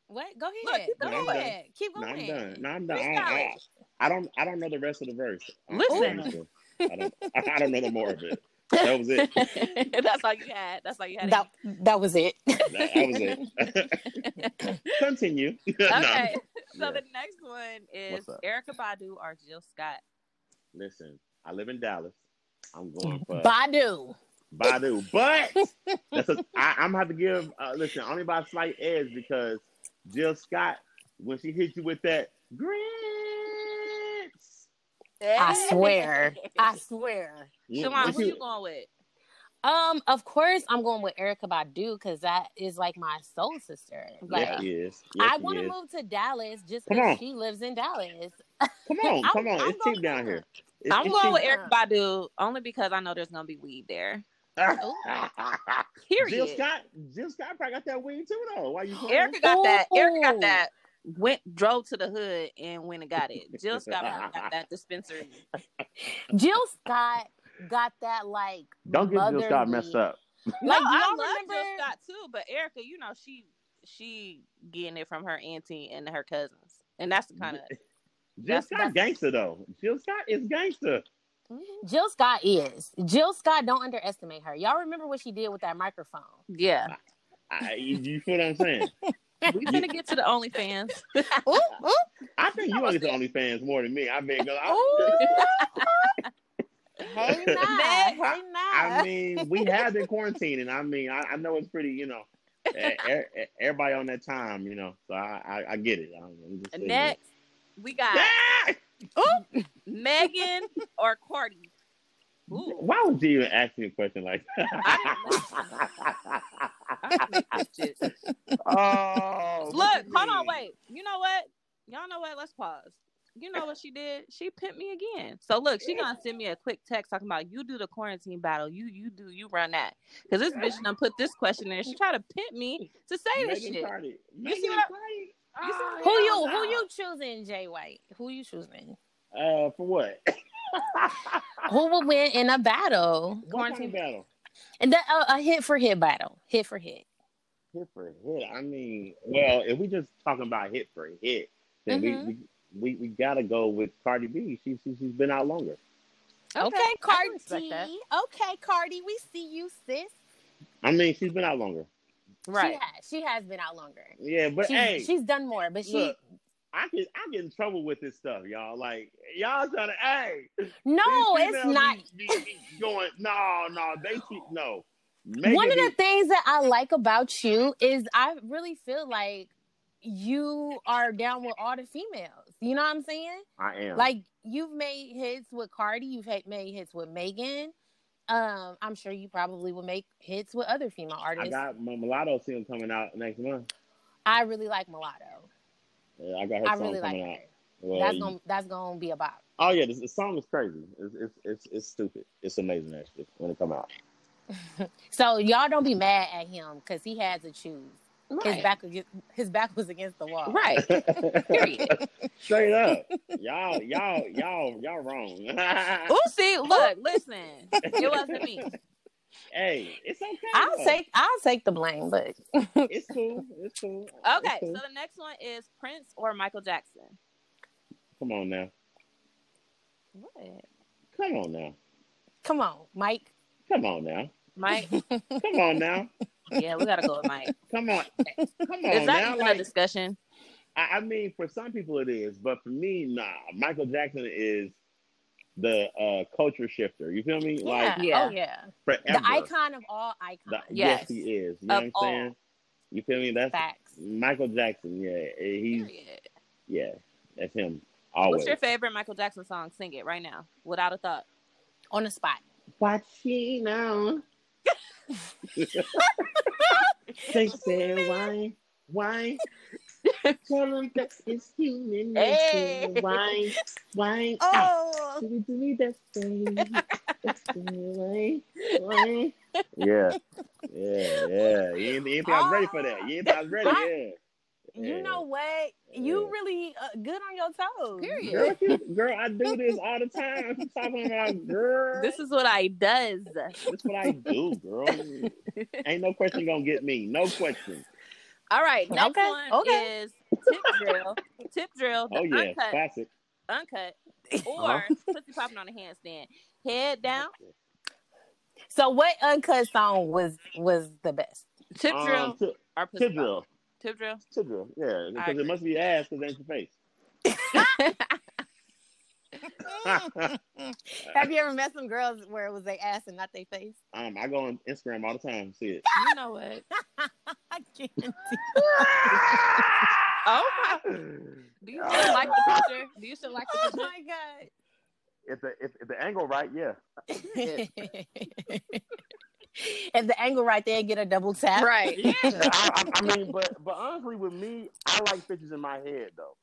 Speaker 1: what? Go
Speaker 2: Look,
Speaker 1: ahead.
Speaker 2: keep
Speaker 1: go
Speaker 3: going.
Speaker 1: ahead. Keep
Speaker 3: No,
Speaker 1: going.
Speaker 3: I'm done. No, I'm done. I don't, I,
Speaker 2: Freestyle.
Speaker 3: I don't. I don't know the rest of the verse. I-
Speaker 2: Listen.
Speaker 3: honestly. I don't, I don't know no more of it. That was it.
Speaker 2: <laughs> That's all you had. That's all you had.
Speaker 1: That that was it. <laughs>
Speaker 3: That, that was it. <laughs> Continue.
Speaker 2: <laughs>
Speaker 3: No.
Speaker 2: okay. So
Speaker 3: Yeah.
Speaker 2: the next one is
Speaker 3: What's up?
Speaker 2: Erica Badu or Jill Scott.
Speaker 3: Listen, I live in Dallas. I'm going for
Speaker 1: Badu.
Speaker 3: Badu,
Speaker 2: <laughs>
Speaker 3: but that's a, I, I'm gonna have to give. Uh, listen, only by a slight edge because Jill Scott, when she hit you with that grits,
Speaker 1: I swear. <laughs> I swear.
Speaker 3: when-
Speaker 2: Shalon,
Speaker 3: when
Speaker 2: who
Speaker 3: she-
Speaker 2: you going with?
Speaker 1: Um, of course, I'm going with Erica Badu because that is like my soul sister. Like,
Speaker 3: yes, she is. Yes,
Speaker 1: I
Speaker 3: she
Speaker 1: want to
Speaker 3: is.
Speaker 1: move to Dallas just
Speaker 3: Come
Speaker 1: because
Speaker 3: on.
Speaker 1: she lives in Dallas.
Speaker 3: Come on,
Speaker 1: I'm-
Speaker 3: come on.
Speaker 1: I'm
Speaker 3: it's
Speaker 1: going
Speaker 3: cheap down
Speaker 1: with
Speaker 3: here.
Speaker 1: her.
Speaker 3: It's,
Speaker 2: I'm
Speaker 3: it's
Speaker 2: going with
Speaker 1: she-
Speaker 2: Eric Badu only because I know there's gonna be weed there.
Speaker 3: Ah. cheap. <laughs> Jill
Speaker 2: Period.
Speaker 3: Scott, Jill Scott probably got that wing too, though. Why you? playing?
Speaker 2: Erica got that.
Speaker 1: Ooh.
Speaker 2: Erica got that. Went drove to the hood and went and got it. Jill Scott probably got that dispensary.
Speaker 1: Jill Scott got that like
Speaker 3: Don't get Jill Scott
Speaker 1: motherly-
Speaker 3: messed up.
Speaker 2: No,
Speaker 1: Like y'all
Speaker 2: I love
Speaker 1: remember
Speaker 2: Jill Scott too, but Erica, you know she she getting it from her auntie and her cousins, and that's the kind of
Speaker 3: Jill
Speaker 2: That's-
Speaker 3: Scott gangster though. Jill Scott is gangster.
Speaker 1: Jill Scott is. Jill Scott don't underestimate her. Y'all remember what she did with that microphone?
Speaker 2: yeah.
Speaker 3: I, you you feel what I'm
Speaker 2: <laughs>
Speaker 3: saying?
Speaker 2: We're gonna get to the OnlyFans.
Speaker 1: Ooh, ooh.
Speaker 3: I think you only to OnlyFans more than me. I mean, 'cause
Speaker 2: Oh,
Speaker 1: Ooh.
Speaker 3: I,
Speaker 1: <laughs> Hey nah, hey nah.
Speaker 3: I mean, we have been quarantining. I mean, I, I know it's pretty, you know, e- e- everybody on that time, you know. So I, I, I get it. I, I'm just
Speaker 2: <laughs>
Speaker 3: saying.
Speaker 2: Next, we got
Speaker 3: Yeah!
Speaker 2: Megan or Cardi. Ooh,
Speaker 3: Why would you even ask me a question like that?
Speaker 2: I make this shit.
Speaker 3: oh,
Speaker 2: <laughs> Look, hold on, wait. You know what? Y'all know what? Let's pause. You know what she did? She pimped me again. So look, she gonna send me a quick text talking about you do the quarantine battle. You you do you run that because this bitch done put this question in. She tried to pimp me to say this
Speaker 3: Megan
Speaker 2: shit.
Speaker 3: Cardi.
Speaker 2: You see
Speaker 3: Megan Ah,
Speaker 2: what-
Speaker 3: Cardi?
Speaker 2: you see
Speaker 1: who you who you choosing, Jay White? Who you choosing?
Speaker 3: Uh, for what?
Speaker 1: Who will win in a battle?
Speaker 3: What kind
Speaker 1: Quarantine
Speaker 3: of battle?
Speaker 1: and that, uh, a hit for hit battle. Hit for hit.
Speaker 3: Hit for hit. I mean, well, if we just talking about hit for hit, then
Speaker 2: Mm-hmm.
Speaker 1: Mhm.
Speaker 3: we, we we we gotta go with Cardi B. She, she she's been out longer.
Speaker 2: Okay,
Speaker 1: Okay,
Speaker 2: I can
Speaker 1: Cardi.
Speaker 2: respect that.
Speaker 1: Okay, Cardi, we see you, sis.
Speaker 3: I mean, she's been out longer.
Speaker 1: She
Speaker 2: Right.
Speaker 1: has, she has been out longer.
Speaker 3: Yeah, but
Speaker 1: She's,
Speaker 3: hey,
Speaker 1: she's done more, but she
Speaker 3: look, I get I get in trouble with this stuff, y'all. Like y'all trying to hey.
Speaker 1: no,
Speaker 3: these
Speaker 1: it's
Speaker 3: females
Speaker 1: not.
Speaker 3: be- be- be going no no they keep no.
Speaker 1: One of
Speaker 3: Megan
Speaker 1: the things that I like about you is I really feel like you are down with all the females. You know what I'm saying?
Speaker 3: I am
Speaker 1: Like you've made hits with Cardi, you've had made hits with Megan. Um, I'm sure you probably will make hits with other female
Speaker 3: I
Speaker 1: artists. I,
Speaker 3: got my mulatto single coming out next month.
Speaker 1: really like Mulatto.
Speaker 3: Yeah, I got her
Speaker 1: I
Speaker 3: song
Speaker 1: really like
Speaker 3: coming
Speaker 1: her.
Speaker 3: out. Well,
Speaker 1: that's
Speaker 3: you-
Speaker 1: gonna that's gonna be a bop.
Speaker 3: Oh yeah, this, the song is crazy. It's, it's it's it's stupid. It's amazing actually when it come out. <laughs>
Speaker 1: So y'all don't be mad at him because he had to choose. His
Speaker 2: Right.
Speaker 1: back ag- his back was against the wall.
Speaker 2: Right. Period.
Speaker 3: <laughs> Straight up, y'all y'all y'all y'all wrong. <laughs>
Speaker 2: Ooh, see, look, listen. It wasn't me.
Speaker 3: hey, it's okay.
Speaker 1: I'll
Speaker 3: though.
Speaker 1: take I'll take the blame, but
Speaker 3: it's cool. It's cool.
Speaker 2: Okay,
Speaker 3: It's
Speaker 2: so
Speaker 3: cool.
Speaker 2: the next one is Prince or Michael Jackson.
Speaker 3: come on now,
Speaker 2: What?
Speaker 3: come on now,
Speaker 1: come on, Mike.
Speaker 3: come on now,
Speaker 2: Mike?
Speaker 3: come on now,
Speaker 2: Yeah, we gotta go with Mike.
Speaker 3: come on, <laughs> come on
Speaker 2: Is that
Speaker 3: now.
Speaker 2: even a
Speaker 3: Like,
Speaker 2: discussion?
Speaker 3: I, I mean, for some people it is, but for me, nah. Michael Jackson is the uh, culture shifter. You feel me? Like
Speaker 1: yeah.
Speaker 2: yeah.
Speaker 1: Oh yeah.
Speaker 3: forever.
Speaker 1: The icon of all icons.
Speaker 3: The-
Speaker 2: Yes.
Speaker 3: yes. he is. You know
Speaker 2: Of
Speaker 3: what I'm
Speaker 2: all.
Speaker 3: saying? You feel me? That's
Speaker 1: Facts.
Speaker 3: Michael Jackson. Yeah, he's
Speaker 2: Period.
Speaker 3: yeah, that's him. Always.
Speaker 2: What's your favorite Michael Jackson song? Sing it right now, without a thought.
Speaker 1: on the spot.
Speaker 5: Watch me
Speaker 2: <laughs>
Speaker 5: now. they say why, why? Tell them that it's human nature.
Speaker 2: Hey.
Speaker 5: Why, why?
Speaker 2: Oh,
Speaker 5: Do we do we that thing?
Speaker 2: <laughs>
Speaker 5: That's the way, why?
Speaker 3: Yeah,
Speaker 2: <laughs>
Speaker 3: yeah, yeah. You ain't, you ain't think I was ready for
Speaker 2: Ah,
Speaker 3: that. You ain't think I was ready. Yeah.
Speaker 4: You
Speaker 3: Yeah.
Speaker 4: know what? You
Speaker 3: Yeah.
Speaker 4: really uh, good on your toes.
Speaker 1: Period.
Speaker 3: Girl, you- girl, I do this all the time. Keep talking about girl.
Speaker 2: <laughs> this is what I does.
Speaker 3: That's what I do,
Speaker 2: <laughs>
Speaker 3: girl. Ain't no question gonna get me. No question.
Speaker 2: All right, next
Speaker 1: Okay,
Speaker 2: one
Speaker 1: okay.
Speaker 2: is tip drill. tip drill. the
Speaker 3: Oh yeah, Uh-huh.
Speaker 2: uncut,
Speaker 3: classic.
Speaker 4: <laughs>
Speaker 2: uncut, or pussy popping on a handstand. Head down.
Speaker 3: Um,
Speaker 1: So what uncut song was was the
Speaker 3: <laughs>
Speaker 1: best?
Speaker 2: Tip
Speaker 3: Um,
Speaker 2: drill
Speaker 3: tip-
Speaker 2: or pussy
Speaker 3: Tip drill.
Speaker 2: Pop? Tip drill.
Speaker 3: Tip drill. Yeah,
Speaker 2: I
Speaker 3: because
Speaker 2: agree.
Speaker 3: it must be ass because ain't your
Speaker 2: <laughs>
Speaker 3: face.
Speaker 1: Have you ever met some girls where it was their ass and not their face?
Speaker 3: <laughs> um, I go on Instagram all the time. and See it.
Speaker 2: You know what?
Speaker 1: I can't.
Speaker 2: Oh my! Do you still like the <laughs> picture? Do you still like the
Speaker 1: <laughs> oh
Speaker 2: picture?
Speaker 1: my god.
Speaker 3: <laughs> If the if, if the angle right, yeah.
Speaker 1: <laughs> if the angle right there, get a double tap.
Speaker 2: Right.
Speaker 3: Yeah. <laughs> I, I, I mean, but but honestly, with me, I like pictures in my head though.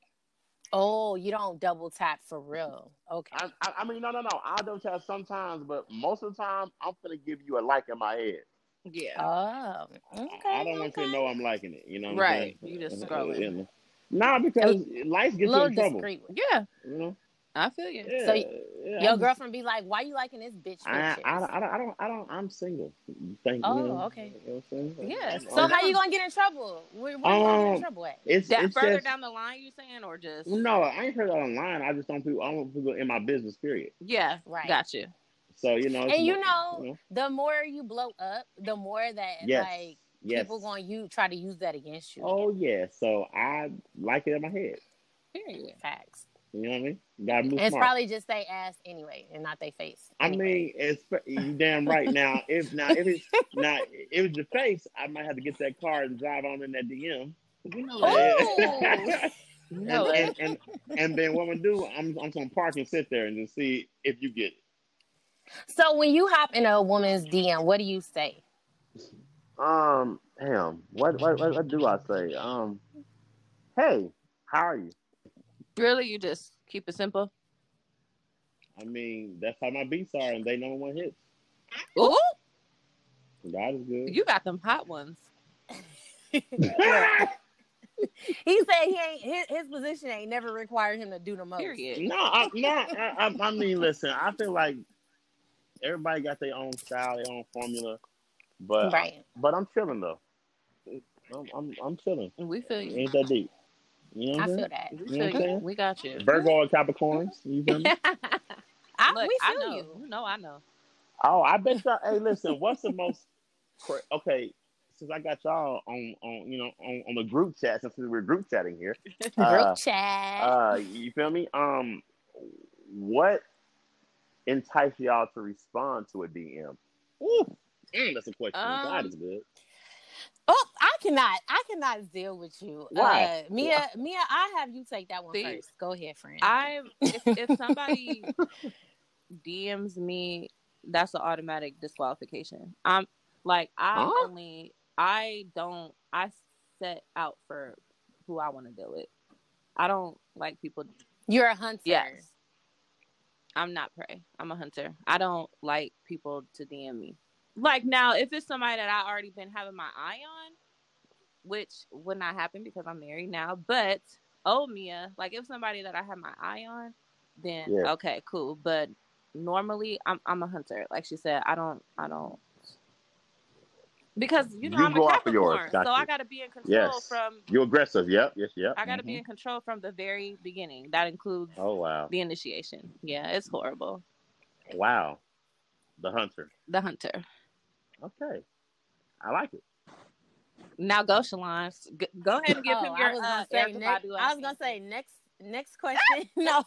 Speaker 1: Oh, you don't double tap for real. Okay.
Speaker 3: I, I, I mean, no, no, no. I don't have sometimes, but most of the time, I'm gonna give you a like in my head.
Speaker 2: Yeah.
Speaker 1: Oh. Okay.
Speaker 3: I don't want you to
Speaker 1: okay.
Speaker 3: know I'm liking it. You know, what
Speaker 2: Right.
Speaker 3: I'm saying?
Speaker 2: You just
Speaker 3: Uh, <laughs>
Speaker 2: scrolling.
Speaker 3: you know. Nah, because life gets you
Speaker 1: Little
Speaker 3: in trouble.
Speaker 1: discreet. one.
Speaker 2: Yeah.
Speaker 3: You know.
Speaker 2: I feel you.
Speaker 3: Yeah,
Speaker 1: So,
Speaker 3: yeah,
Speaker 1: Your
Speaker 3: I'm-
Speaker 1: girlfriend be like, "Why you liking this bitch?"
Speaker 3: I,
Speaker 1: pictures?"
Speaker 3: I, I, don't, I don't, I don't, I'm single. Thank
Speaker 1: Oh,
Speaker 3: you. know,
Speaker 1: okay.
Speaker 3: You know what I'm saying?
Speaker 2: Yeah,
Speaker 3: I'm-
Speaker 1: so
Speaker 3: I'm-
Speaker 1: how you gonna get in trouble? Where, where you gonna get
Speaker 3: Um,
Speaker 1: in trouble at?
Speaker 3: It's,
Speaker 2: That
Speaker 3: it's
Speaker 2: further
Speaker 3: just,
Speaker 2: down the line, you saying, or just
Speaker 3: No, I ain't heard that online. I just don't. People, I want people in my business. Period.
Speaker 2: Yeah,
Speaker 1: Right.
Speaker 2: got you.
Speaker 3: So you know. it's
Speaker 1: And you
Speaker 3: more-
Speaker 1: know,
Speaker 3: you know?
Speaker 1: The more you blow up, the more that
Speaker 3: Yes.
Speaker 1: like
Speaker 3: Yes.
Speaker 1: people gonna you try to use that against you.
Speaker 3: Oh yeah. So I like it in my head.
Speaker 2: Period.
Speaker 1: Facts.
Speaker 3: You know what I mean? Gotta move
Speaker 1: And it's
Speaker 3: smart.
Speaker 1: probably just they ass anyway, and not they face.
Speaker 3: I
Speaker 1: anyway.
Speaker 3: mean, it's you damn right now. If now if it's now if it's your face, I might have to get that car and drive on in that
Speaker 1: <laughs>
Speaker 3: DM.
Speaker 5: You know
Speaker 2: Oh,
Speaker 1: Oh,
Speaker 3: <laughs> and,
Speaker 2: No,
Speaker 3: and, and and then what I'm gonna do? I'm I'm gonna park and sit there and then see if you get it.
Speaker 1: So when you hop in a woman's DM, what do you say?
Speaker 3: Um, damn. What what what, what do I say? Um, hey, how are you?
Speaker 2: really, you just keep it simple.
Speaker 3: I mean, that's how my beats are, and they number one hits.
Speaker 2: Ooh,
Speaker 3: God is good.
Speaker 2: you <laughs> got them hot ones.
Speaker 1: He said he ain't his, his position ain't never required him to do the most.
Speaker 2: Period.
Speaker 3: <laughs> no, I, no. I, I, I mean, listen. I feel like everybody got their own style, their own formula, but
Speaker 1: Right.
Speaker 3: but I'm chilling though. I'm I'm, I'm chilling.
Speaker 2: We feel
Speaker 3: It
Speaker 2: you.
Speaker 3: ain't that deep. You know what
Speaker 1: I
Speaker 3: I'm
Speaker 1: feel
Speaker 3: saying?
Speaker 1: that.
Speaker 2: We feel
Speaker 3: You know what I'm
Speaker 2: you.
Speaker 3: saying?
Speaker 2: We got you.
Speaker 3: Virgo and Capricorns. You
Speaker 2: <laughs>
Speaker 3: feel me?
Speaker 2: Look,
Speaker 1: I, we
Speaker 2: I
Speaker 1: feel
Speaker 2: know.
Speaker 1: you.
Speaker 2: <laughs> No, I know.
Speaker 3: oh, I bet y'all. Hey, listen. What's the most? cra- Okay, since I got y'all on on you know on, on the group chat since we were group chatting here. uh,
Speaker 1: Group chat.
Speaker 3: uh, you feel me? Um, what enticed y'all to respond to a DM? Ooh, mm, that's a question.
Speaker 2: Um,
Speaker 3: God is good.
Speaker 1: oh, I cannot. I cannot deal with you.
Speaker 3: Why?
Speaker 1: Uh, Mia, Mia, I have you take that one
Speaker 2: See?
Speaker 1: first. Go ahead, friend.
Speaker 2: I if, if <laughs> somebody DMs me, that's an automatic disqualification. I'm like I
Speaker 3: Huh?
Speaker 2: only I don't I set out for who I want to deal with. I don't like people
Speaker 1: You're a hunter.
Speaker 2: Yes. I'm not prey. I'm a hunter. I don't like people to DM me. Like now, if it's somebody that I already been having my eye on, which would not happen because I'm married now, but oh Mia, like if somebody that I have my eye on, then
Speaker 3: Yeah.
Speaker 2: okay, cool. But normally I'm I'm a hunter. Like she said, I don't I don't because you know
Speaker 3: You
Speaker 2: I'm
Speaker 3: go
Speaker 2: a
Speaker 3: out for yours.
Speaker 2: Capricorn,
Speaker 3: Got
Speaker 2: so
Speaker 3: you.
Speaker 2: I gotta be in control
Speaker 3: Yes.
Speaker 2: from
Speaker 3: You aggressive? Yep. Yes. Yep.
Speaker 2: I gotta
Speaker 3: Mhm.
Speaker 2: be in control from the very beginning. That includes
Speaker 3: Oh wow!
Speaker 2: the initiation. Yeah, it's horrible.
Speaker 3: Wow, the hunter.
Speaker 2: The hunter.
Speaker 3: Okay, I like it.
Speaker 2: Now go, Shalon. G- Go ahead and give
Speaker 1: Oh,
Speaker 2: him
Speaker 1: I
Speaker 2: your.
Speaker 1: was
Speaker 2: uh,
Speaker 1: gonna say
Speaker 2: Erykah
Speaker 1: next,
Speaker 2: Badu
Speaker 1: I was gonna
Speaker 2: answer.
Speaker 1: say next
Speaker 2: <laughs>
Speaker 1: next question. <laughs> no.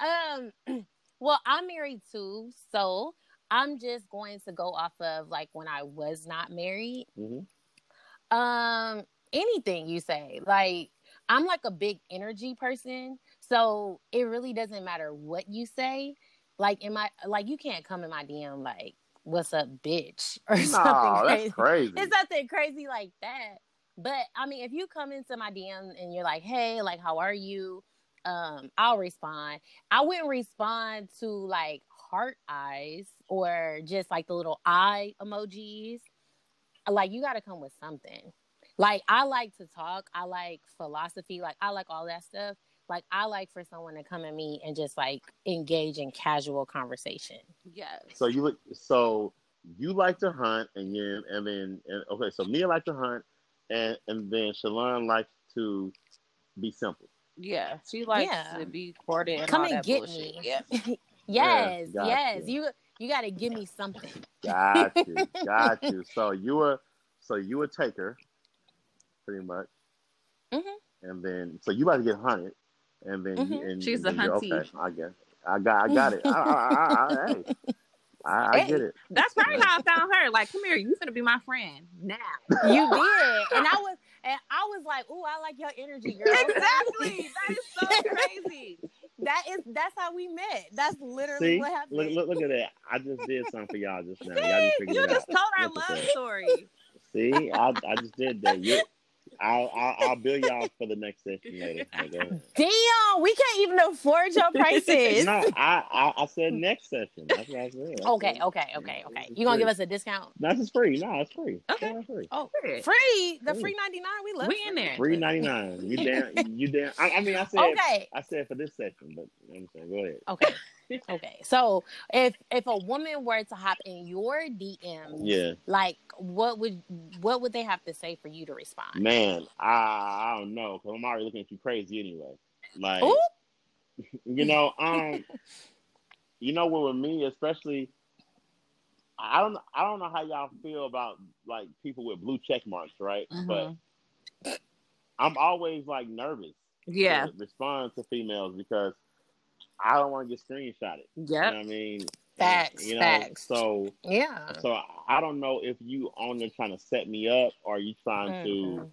Speaker 1: Um <clears throat> well I'm married too, so I'm just going to go off of like when I was not married.
Speaker 2: <laughs>
Speaker 3: Mhm.
Speaker 1: Um anything you say. Like I'm like a big energy person. So it really doesn't matter what you say. Like in my like you can't come in my DM like, what's up, bitch? <laughs> Or something
Speaker 3: Nah, that's crazy.
Speaker 1: it's nothing crazy like that. But I mean, if you come into my DM and you're like, "Hey, like, how are you?" Um, I'll respond. I wouldn't respond to like heart eyes or just like the little eye emojis. Like, you got to come with something. Like, I like to talk. I like philosophy. Like, I like all that stuff. Like, I like for someone to come at me and just like engage in casual conversation.
Speaker 2: Yes.
Speaker 3: So you would so you like to hunt and you and then and, okay, so Mia like to hunt and and then Shalon likes to be simple.
Speaker 2: Yeah. She likes
Speaker 1: Yeah.
Speaker 2: to be courted. And
Speaker 1: Come
Speaker 2: all
Speaker 1: and
Speaker 2: that
Speaker 1: get
Speaker 2: bullshit.
Speaker 1: me. <laughs>
Speaker 2: Yeah.
Speaker 1: Yes,
Speaker 3: gotcha.
Speaker 1: yes. You you got to give me something.
Speaker 3: Got
Speaker 2: <laughs>
Speaker 3: you, got you. So you were so you a taker, pretty much.
Speaker 1: Mhm.
Speaker 3: And then so you like to get hunted, and then you,
Speaker 1: Mhm.
Speaker 3: and
Speaker 2: Mm-hmm. She's
Speaker 3: and
Speaker 2: a
Speaker 3: then you're-
Speaker 2: huntee.
Speaker 3: Okay, I guess I got I got it. I I I, I, hey, I, I get
Speaker 2: Hey.
Speaker 3: it.
Speaker 2: That's probably how I found her. Like, come here, you finna be my friend
Speaker 1: <laughs>
Speaker 2: now.
Speaker 1: You did,
Speaker 3: <laughs>
Speaker 1: and I was, and I was like, "Ooh, I like your energy, girl."
Speaker 2: exactly. That is <laughs> so crazy.
Speaker 1: <laughs> That is, that's how we met. That's literally
Speaker 3: See,
Speaker 1: what
Speaker 3: look,
Speaker 1: happened.
Speaker 3: look look at that. I just did something for y'all just now. Y'all
Speaker 2: See,
Speaker 3: just
Speaker 2: <laughs>
Speaker 3: figured
Speaker 2: you
Speaker 3: it
Speaker 2: just
Speaker 3: out.
Speaker 2: told our
Speaker 3: Look at <laughs>
Speaker 2: love
Speaker 3: that.
Speaker 2: story.
Speaker 3: See, I I just did that. You, I'll, I'll I'll bill y'all for the next session later. Like, go ahead.
Speaker 1: Damn, we can't even afford
Speaker 3: <laughs>
Speaker 1: your prices.
Speaker 3: No, I, I I said next session. That's what I said. I
Speaker 1: Okay,
Speaker 3: said-
Speaker 1: okay, okay, okay. You gonna give us a discount?
Speaker 3: That's it's free. No, it's free.
Speaker 2: Okay.
Speaker 3: Yeah, it's free.
Speaker 1: Oh,
Speaker 2: Free.
Speaker 1: free the free ninety nine. We love.
Speaker 2: We
Speaker 1: free.
Speaker 2: in there.
Speaker 3: Three ninety nine. You down? You down? I, I mean, I said
Speaker 1: Okay,
Speaker 3: I said for this session, but you know what I'm saying go ahead. <laughs>
Speaker 1: okay, okay. So if if a woman were to hop in your DM,
Speaker 3: Yeah,
Speaker 1: like what would what would they have to say for you to respond?
Speaker 3: man. I I don't know because I'm already looking at you crazy anyway. Like
Speaker 1: Ooh.
Speaker 3: you know, um, you know what with me especially. I don't I don't know how y'all feel about like people with blue check marks, right? But
Speaker 2: Mhm.
Speaker 3: I'm always like nervous
Speaker 2: Yeah.
Speaker 3: to respond to females because I don't want to get screenshotted. You know
Speaker 2: Yep.
Speaker 3: what I mean?
Speaker 1: Facts,
Speaker 3: You know,
Speaker 1: facts.
Speaker 3: so
Speaker 1: Yeah.
Speaker 3: so I don't know if you on there trying to set me up or you trying to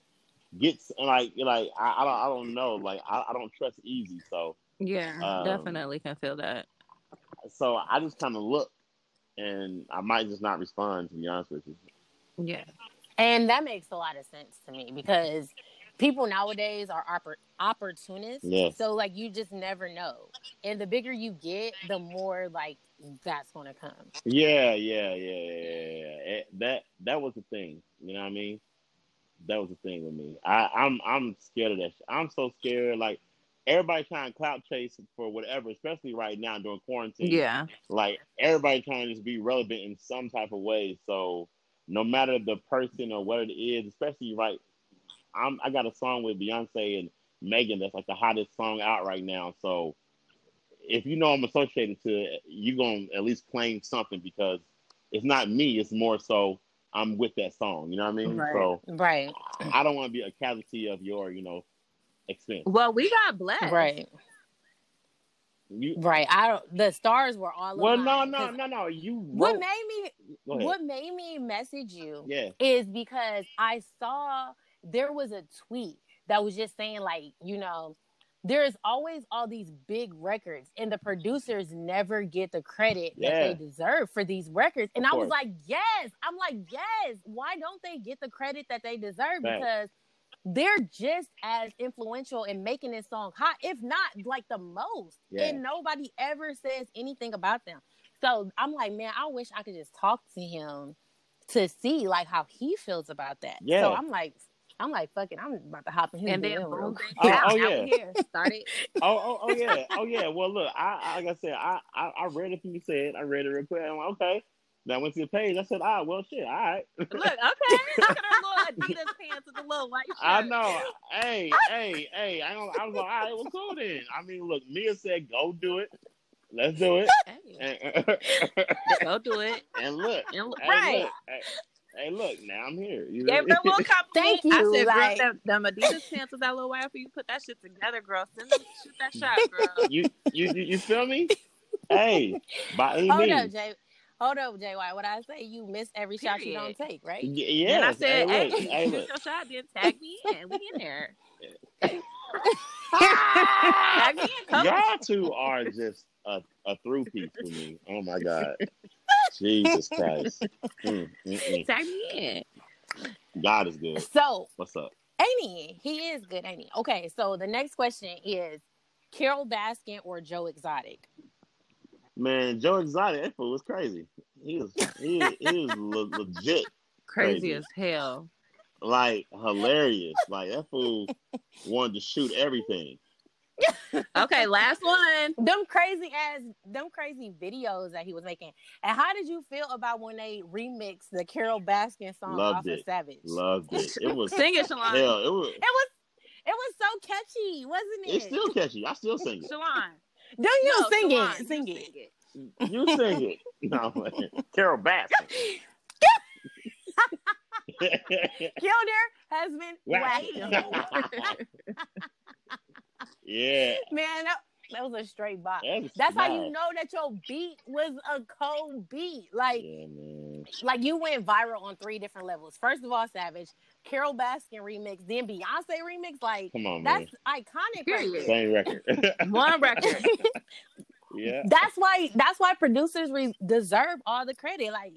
Speaker 3: get s- like like I, I don't I don't know like I, I don't trust easy so
Speaker 2: Yeah.
Speaker 3: Um,
Speaker 2: definitely can feel that.
Speaker 3: so I just kind of look and I might just not respond to be honest with you.
Speaker 2: Yeah.
Speaker 1: And that makes a lot of sense to me because people nowadays are oppor- opportunists.
Speaker 3: Yes.
Speaker 1: So like you just never know. And the bigger you get, the more like that's going to come.
Speaker 3: Yeah, yeah, yeah, yeah, yeah. Eh, That that was the thing. You know what I mean? That was the thing with me. I, I'm I'm scared of that. Shit. I'm so scared. Like everybody trying to clout chase for whatever, especially right now during quarantine.
Speaker 2: Yeah.
Speaker 3: Like everybody trying to just be relevant in some type of way. So no matter the person or what it is, especially right, I'm I got a song with Beyonce and Megan that's like the hottest song out right now. So if you know I'm associated to it, you gonna at least claim something because it's not me, it's more so I'm with that song. You know what I mean?
Speaker 2: Right.
Speaker 3: So
Speaker 1: Right.
Speaker 3: I don't wanna be a casualty of your, you know, expense.
Speaker 2: Well, we got blessed.
Speaker 1: Right.
Speaker 3: You
Speaker 1: Right. I don't the stars were all
Speaker 3: well no
Speaker 1: aligned,
Speaker 3: no
Speaker 1: 'cause
Speaker 3: no no you wrote
Speaker 1: What made me
Speaker 3: go ahead.
Speaker 1: what made me message you
Speaker 3: yeah.
Speaker 1: is because I saw there was a tweet that was just saying like, you know, there's always all these big records and the producers never get the credit
Speaker 3: Yeah.
Speaker 1: that they deserve for these records. And
Speaker 3: Of
Speaker 1: I was
Speaker 3: course.
Speaker 1: like, yes. I'm like, yes. Why don't they get the credit that they deserve?
Speaker 3: Facts.
Speaker 1: Because they're just as influential in making this song hot, if not like the most.
Speaker 3: Yeah.
Speaker 1: And nobody ever says anything about them. So I'm like, man, I wish I could just talk to him to see like how he feels about that.
Speaker 3: Yeah.
Speaker 1: So I'm like, I'm like, fucking, I'm about to hop in his
Speaker 2: And then
Speaker 1: DM real <laughs>
Speaker 2: boom,
Speaker 1: quick.
Speaker 3: Oh,
Speaker 2: yeah,
Speaker 3: oh,
Speaker 2: now
Speaker 3: yeah.
Speaker 2: we here. Started.
Speaker 3: oh, oh, oh yeah, oh yeah. Well, look, I, I like I said, I, I, I read it. You said I read it real quick. I'm like, okay. Then I went to the page. I said, ah, well, shit, all right.
Speaker 2: Look, okay. Look at her little Adidas pants with the little white shirt.
Speaker 3: <laughs> I know. Hey, hey, hey. I, don't, I was like, all right, well, cool then. I mean, look, Mia said, go do it. Let's do it.
Speaker 2: Hey,
Speaker 3: And,
Speaker 2: go do it.
Speaker 3: and look,
Speaker 2: And look-
Speaker 3: hey, <laughs>
Speaker 2: right.
Speaker 3: Look, hey, hey, look, now I'm here. You know?
Speaker 2: Gave her a little compliment.
Speaker 1: Thank
Speaker 2: I
Speaker 1: you,
Speaker 2: said,
Speaker 1: like-
Speaker 2: girl, them, them Adidas pants was that little while for you put that shit together, girl. Send them, shoot that shot, girl.
Speaker 3: you, you, you, you feel me? Hey, by any
Speaker 1: Hold up,
Speaker 3: means.
Speaker 1: Jay. Hold up, JY. What I say, you miss every shot you
Speaker 2: Period.
Speaker 1: don't take, right?
Speaker 3: Y- yes.
Speaker 2: and I said,
Speaker 3: hey,
Speaker 2: hey,
Speaker 3: look, hey,
Speaker 2: shoot
Speaker 3: look.
Speaker 2: your shot, then tag me in. We in there. Back in, come
Speaker 3: Y'all two are just a, a through piece for me. Oh my god. Jesus Christ. Mm, mm, mm.
Speaker 2: Tag me in.
Speaker 3: God is good.
Speaker 1: So
Speaker 3: What's up?
Speaker 1: Amy, he is good, Amy. Okay, so the next question is Carol Baskin or Joe Exotic?
Speaker 3: Man, Joe Exotic, that fool was crazy. He was he, was- he was le- legit
Speaker 2: Crazy
Speaker 3: Crazy.
Speaker 2: as hell.
Speaker 3: like hilarious. Like that fool wanted to shoot everything.
Speaker 2: Okay, last one.
Speaker 1: Them crazy ass, them crazy videos that he was making. And how did you feel about when they remixed the Carol Baskin song
Speaker 3: Loved
Speaker 1: off
Speaker 3: it.
Speaker 1: of Savage?
Speaker 3: Loved it. It was hell.
Speaker 2: Sing it, Shalon.
Speaker 3: It was.
Speaker 1: It was it was so catchy, wasn't it?
Speaker 3: It's still catchy. I still sing it.
Speaker 2: Shalon.
Speaker 1: Do you
Speaker 2: No,
Speaker 1: sing
Speaker 2: Shalon,
Speaker 1: it?
Speaker 2: you
Speaker 1: Sing it.
Speaker 3: You sing it. <laughs> No, man. Carol Baskin.
Speaker 1: Kilder has been
Speaker 3: Whack.
Speaker 1: whacked.
Speaker 3: <laughs> yeah.
Speaker 1: Man, that, that was a straight bop.
Speaker 3: That's,
Speaker 1: That's how
Speaker 3: nah.
Speaker 1: you know that your beat was a cold beat. Like
Speaker 3: Yeah, man.
Speaker 1: like you went viral on three different levels. First of all, Savage, Carol Baskin remix, then Beyonce remix. Like
Speaker 3: Come on, man.
Speaker 1: that's iconic.
Speaker 2: Period.
Speaker 1: right there.
Speaker 3: Same record. <laughs>
Speaker 2: One record.
Speaker 3: yeah.
Speaker 1: That's why. That's why producers re- deserve all the credit. Like,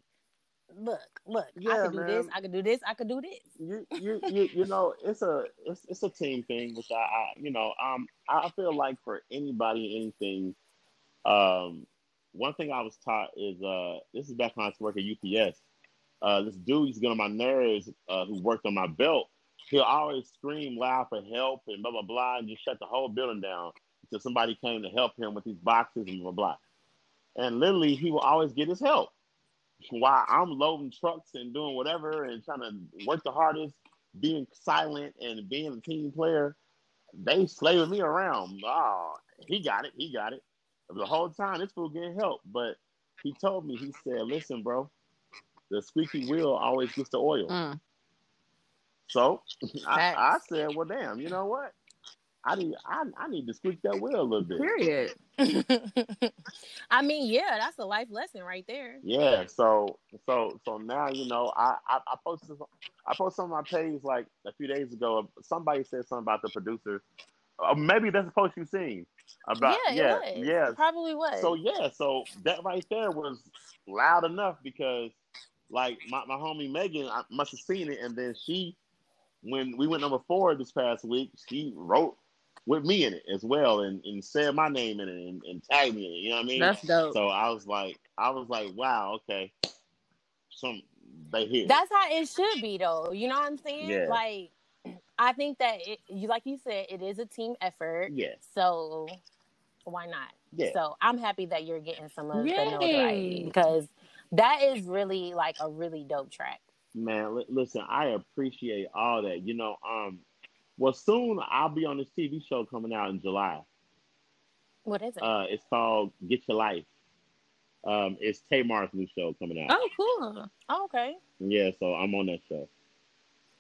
Speaker 1: look, look. I
Speaker 3: Yeah,
Speaker 1: could do
Speaker 3: man.
Speaker 1: this. I could do this. I could do this.
Speaker 3: you you you you know it's a it's it's a team thing which I, I you know um I feel like for anybody anything um one thing I was taught is uh this is back when I was working at UPS uh this dude used to get on my nerves uh, who worked on my belt he'll always scream loud for help and blah blah blah and just shut the whole building down until somebody came to help him with these boxes and blah blah and literally he will always get his help while I'm loading trucks and doing whatever and trying to work the hardest, being silent and being a team player, they slaving me around. Oh, he got it, he got it. The whole time this fool getting help. But he told me, he said, Listen, bro, the squeaky wheel always gets the oil.
Speaker 2: Mm.
Speaker 3: So <laughs> I,
Speaker 1: Facts.
Speaker 3: I said, Well damn, you know what? I need I, I need to squeak that wheel a little bit.
Speaker 2: Period.
Speaker 1: <laughs> I mean, yeah, that's a life lesson right there.
Speaker 3: Yeah, so so so now you know I I, I posted I posted on my page like a few days ago. Somebody said something about the producer, or maybe that's the post you seen about
Speaker 1: yeah,
Speaker 3: yeah
Speaker 1: it was.
Speaker 3: yeah.
Speaker 1: It probably was.
Speaker 3: So yeah, so that right there was loud enough because like my my homie Megan I must have seen it, and then she when we went number four this past week, she wrote with me in it as well, and and said my name in it and, and tagged me in it. You know what I mean?
Speaker 2: That's dope.
Speaker 3: So I was like, I was like, wow, okay, some they hit.
Speaker 1: That's how it should be, though. You know what I'm saying?
Speaker 3: Yeah.
Speaker 1: Like, I think that it, you, like you said, it is a team effort.
Speaker 3: yeah,
Speaker 1: So why not?
Speaker 3: yeah,
Speaker 1: So I'm happy that you're getting some of the
Speaker 2: Yay.
Speaker 1: notoriety because that is really like a really dope track.
Speaker 3: man. Li- listen, I appreciate all that. You know, um, well, soon I'll be on this TV show coming out in July.
Speaker 1: What is it?
Speaker 3: Uh, it's called Get Your Life. Um, it's Tamar's new show coming out.
Speaker 2: Oh, cool.
Speaker 1: oh, okay.
Speaker 3: Yeah, so I'm on that show.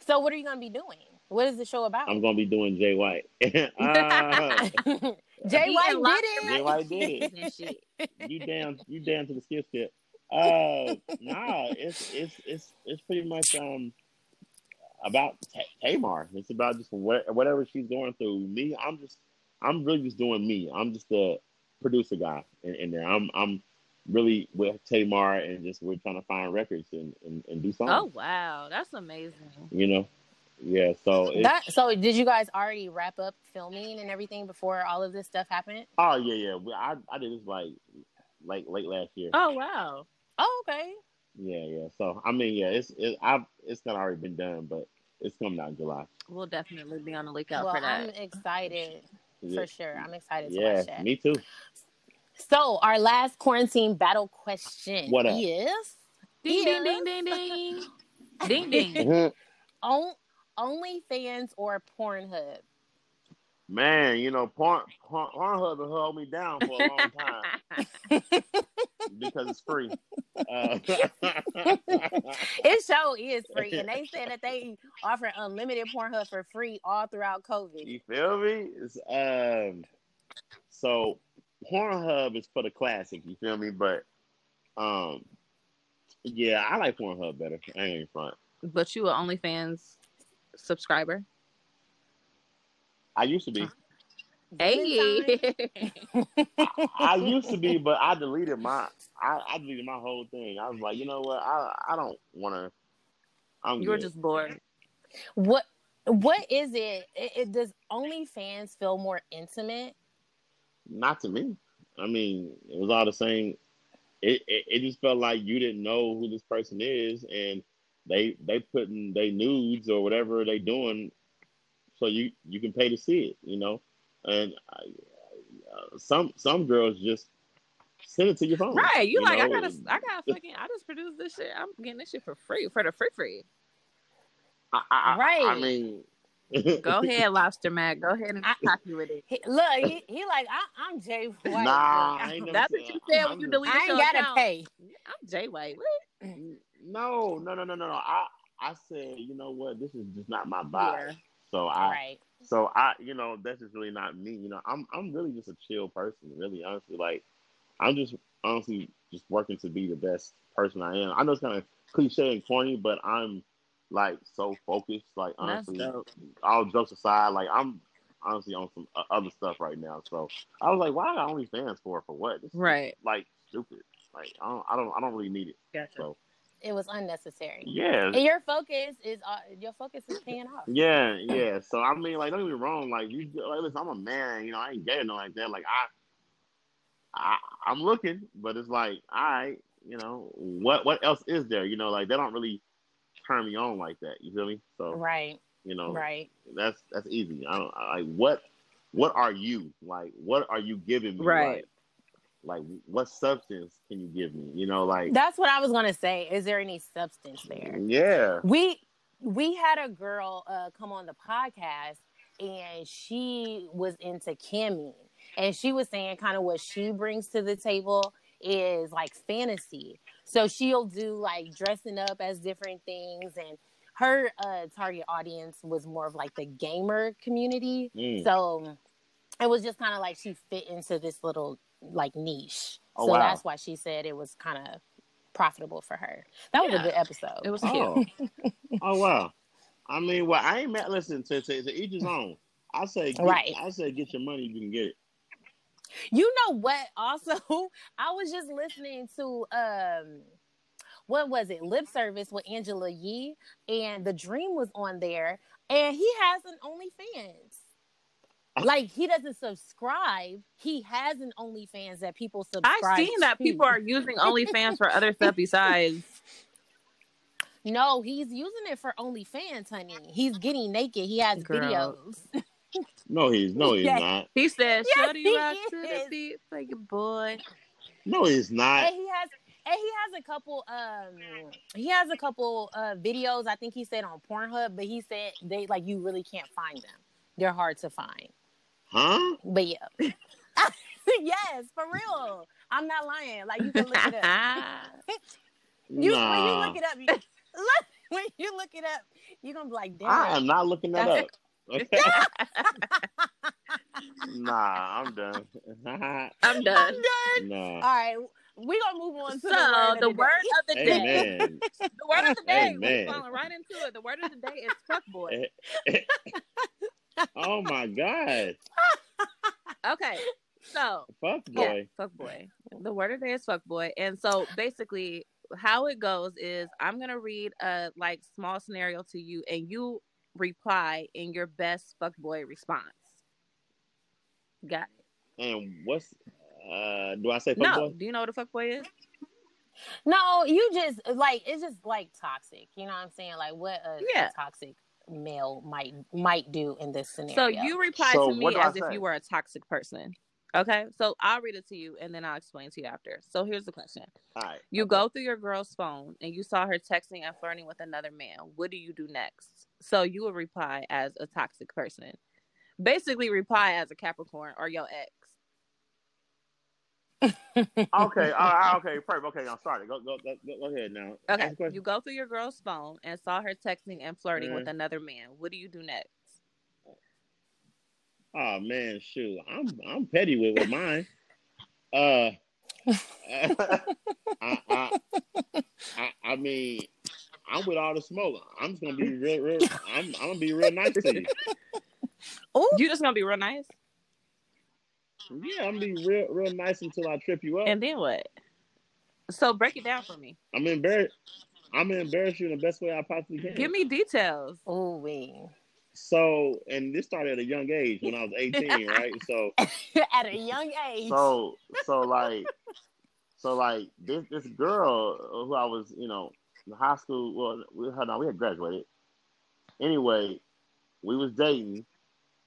Speaker 1: So what are you gonna be doing? What is the show about?
Speaker 3: I'm gonna be doing Jay White. <laughs> Ah,
Speaker 1: <laughs> Jay
Speaker 2: He
Speaker 1: White
Speaker 2: in lock-
Speaker 1: did
Speaker 3: Jay
Speaker 1: it.
Speaker 3: White did it.
Speaker 2: And shit.
Speaker 3: you down you down to the skip skip. Uh nah, it's it's it's it's pretty much um about Ta- Tamar. It's about just what, whatever she's going through. Me, I'm just I'm really just doing me. I'm just the producer guy in, in there. I'm I'm really with Tamar and just we're trying to find records and, and, and do something.
Speaker 2: Oh, wow. That's amazing.
Speaker 3: You know? Yeah, so it's,
Speaker 1: That, so did you guys already wrap up filming and everything before all of this stuff happened?
Speaker 3: oh yeah, yeah. We- I I did this like like late last year.
Speaker 2: Oh, wow.
Speaker 1: Oh, okay.
Speaker 3: Yeah, yeah. So I mean, yeah, it's it, I've it's not already been done, but it's coming out in July.
Speaker 2: We'll definitely be on the lookout
Speaker 1: well,
Speaker 2: for
Speaker 1: I'm
Speaker 2: that.
Speaker 1: excited
Speaker 3: Yeah,
Speaker 1: for sure. I'm excited to
Speaker 3: yeah
Speaker 1: watch that. <laughs>
Speaker 3: me too.
Speaker 1: So our last quarantine battle question
Speaker 3: What up?
Speaker 1: is
Speaker 2: Ding, ding,
Speaker 1: Yes.
Speaker 2: ding, ding, ding. <laughs> Ding, ding.
Speaker 1: on, OnlyFans or
Speaker 3: <laughs>
Speaker 1: Pornhub?
Speaker 3: Man, you know, porn, porn, Pornhub has held me down for a
Speaker 1: <laughs>
Speaker 3: long time because it's free. Uh, <laughs>
Speaker 1: It show is free, and they said that
Speaker 3: <laughs>
Speaker 1: they offer unlimited Pornhub for free all throughout COVID.
Speaker 3: you feel me? It's, um, so Pornhub is for the classic. You feel me? But um, yeah, I like Pornhub better. I ain't in front.
Speaker 2: but you a OnlyFans subscriber?
Speaker 3: I used to be.
Speaker 2: Hey.
Speaker 3: I, I used to be, but I deleted my. I, I deleted my whole thing. I was like, you know what? I I don't want to. I'm
Speaker 2: You're
Speaker 3: good.
Speaker 2: just bored.
Speaker 1: What what is it? it, it does OnlyFans feel more intimate?
Speaker 3: not to me. I mean, it was all the same. It, it it just felt like you didn't know who this person is, and they they putting they nudes or whatever they doing, so you you can pay to see it, you know. And I, uh, some some girls just send it to your phone,
Speaker 2: Right. Oh, You, like,
Speaker 3: know?
Speaker 2: I gotta I gotta fucking I just produced this shit. I'm getting this shit for free for the free free.
Speaker 3: I, I, right. I
Speaker 1: Right.
Speaker 3: mean,
Speaker 2: <laughs>
Speaker 3: <laughs>
Speaker 2: Go ahead, Lobster Mac. Go ahead and
Speaker 1: I-
Speaker 2: copy with it.
Speaker 1: He, look, he, he like I, I'm Jay White.
Speaker 2: <laughs>
Speaker 3: nah, I
Speaker 1: I,
Speaker 3: ain't never
Speaker 2: That's what you said when you
Speaker 3: I'm-
Speaker 2: deleted
Speaker 1: ain't
Speaker 2: your
Speaker 1: gotta
Speaker 2: account.
Speaker 1: pay.
Speaker 2: I'm Jay White.
Speaker 3: No, no, no, no, no, no. I I said, you know what? This is just not my vibe.
Speaker 2: Yeah.
Speaker 3: So I.
Speaker 1: Right.
Speaker 3: So I, you know, that's just really not me. You know, I'm I'm really just a chill person, really honestly. Like, I'm just honestly just working to be the best person I am. I know it's kind of cliche and corny, but I'm like so focused. Like
Speaker 2: That's
Speaker 3: honestly,
Speaker 2: dope.
Speaker 3: all jokes aside, like I'm honestly on some o- other stuff right now. So I was like, why I only fans for for what? This is,
Speaker 2: Right.
Speaker 3: Like stupid. Like I don't, I don't I don't really need it.
Speaker 2: Gotcha.
Speaker 3: So
Speaker 1: It was unnecessary.
Speaker 3: yeah,
Speaker 1: And your focus is uh, your focus is paying off.
Speaker 3: Yeah, yeah. So I mean, like, don't get me wrong. Like, you like, listen. I'm a man. You know, I ain't gay or nothing like that. Like, I, I, I'm looking, but it's like, I, you know, what, what else is there? You know, like they don't really turn me on like that. You feel me? So
Speaker 1: Right.
Speaker 3: you know,
Speaker 1: Right.
Speaker 3: that's that's easy. I don't I, like what, what are you like? What are you giving me?
Speaker 2: Right.
Speaker 3: Like, like, what substance can you give me? You know, like,
Speaker 1: That's what I was gonna say. Is there any substance there?
Speaker 3: yeah,
Speaker 1: we we had a girl uh, come on the podcast and she was into camming and she was saying kind of what she brings to the table is like fantasy so she'll do like dressing up as different things and her uh, target audience was more of like the gamer community
Speaker 3: Mm.
Speaker 1: so it was just kind of like she fit into this little like niche
Speaker 3: Oh,
Speaker 1: so
Speaker 3: wow.
Speaker 1: that's why she said it was kind of profitable for her that was
Speaker 2: Yeah.
Speaker 1: a good episode
Speaker 2: It was cute.
Speaker 3: Oh. oh wow. I mean, well, I ain't mad. Listen, to, to, to each his own. I say, get,
Speaker 1: Right.
Speaker 3: I say, get your money, you can get it.
Speaker 1: You know what? <laughs> Also, I was just listening to um, what was it? Lip service with Angela Yee, and the Dream was on there, and he has an OnlyFans. Like he doesn't subscribe, he has an OnlyFans that people subscribe.
Speaker 2: I've seen that
Speaker 1: to.
Speaker 2: people are using OnlyFans for other stuff besides.
Speaker 1: No, he's using it for OnlyFans, honey. He's getting naked. He has
Speaker 2: Girl.
Speaker 1: videos.
Speaker 3: No, he's no, he's
Speaker 1: Yes.
Speaker 3: not.
Speaker 2: He <laughs> said,
Speaker 1: Yes,
Speaker 2: "Shorty
Speaker 1: he
Speaker 2: rock to the
Speaker 1: is.
Speaker 2: beat, like a boy."
Speaker 3: No, he's not.
Speaker 1: and he has and he has a couple um he has a couple uh videos I think he said on Pornhub but he said they like you really can't find them they're hard to find
Speaker 3: Huh?
Speaker 1: but yeah <laughs> yes for real I'm not lying like you can look it
Speaker 3: <laughs>
Speaker 1: up <laughs> you when you
Speaker 3: nah.
Speaker 1: look it up you, <laughs> look, when you look it up you're gonna be like damn
Speaker 3: I am not looking that up. <laughs>
Speaker 2: <laughs>
Speaker 3: Okay. nah, I'm done.
Speaker 2: <laughs>
Speaker 3: <laughs>
Speaker 2: I'm
Speaker 1: I'm
Speaker 2: done.
Speaker 1: done all
Speaker 3: nah.
Speaker 1: right we gonna move on to
Speaker 2: So
Speaker 1: the word,
Speaker 2: the
Speaker 1: of the day.
Speaker 2: word of the day,
Speaker 3: Amen.
Speaker 2: the <laughs> word of the day,
Speaker 3: Amen.
Speaker 2: we're falling right into it. The word of the day is fuck boy.
Speaker 3: oh my God,
Speaker 2: Okay, so
Speaker 3: fuck
Speaker 2: yeah,
Speaker 3: boy.
Speaker 2: fuck boy. The word of the day is fuck boy, and so basically, how it goes is I'm gonna read a like small scenario to you, and you reply in your best fuck boy response. Got it.
Speaker 3: And what's uh? Do I say fuck
Speaker 2: no,
Speaker 3: boy?
Speaker 2: do you know what a fuck boy is?
Speaker 1: No, you just like it's just like toxic. You know what I'm saying? Like what a,
Speaker 2: Yeah.
Speaker 1: toxic male might might do in this scenario.
Speaker 2: So you reply
Speaker 3: So
Speaker 2: to me
Speaker 3: what do I
Speaker 2: as if
Speaker 3: say?
Speaker 2: you were a toxic person. Okay, so I'll read it to you and then I'll explain to you after. So here's the question:
Speaker 3: All right.
Speaker 2: You go through your girl's phone and you saw her texting and flirting with another man. What do you do next? So you would reply as a toxic person, basically reply as a Capricorn or your ex. <laughs>
Speaker 3: Okay. All right. Okay. Perfect. Okay. Now start it. Go. Go. Go, go ahead now.
Speaker 2: Okay,
Speaker 3: Ask the question.
Speaker 2: you go through your girl's phone and saw her texting and flirting with
Speaker 3: Mhm.
Speaker 2: another man. What do you do next?
Speaker 3: Oh man, shoot, I'm I'm petty with, with mine. Uh, I, I, I I mean, I'm with all the smoke. I'm just gonna be real, real. I'm I'm gonna be real nice to you.
Speaker 4: Ooh,
Speaker 2: You just gonna be real nice,
Speaker 3: Yeah, I'm gonna be real, real nice until I trip you up.
Speaker 2: and then what? So break it down for me.
Speaker 3: I'm embarrassed. I'm gonna embarrass you in the best way I possibly can.
Speaker 2: Give me details.
Speaker 1: Ooh wee. <laughs>
Speaker 3: so, and this started at a young age when I was 18, right? So,
Speaker 1: At a young age.
Speaker 3: so, so like, so like this this girl who I was, you know, in high school. Well, we, hold on, we had graduated. Anyway, we was dating,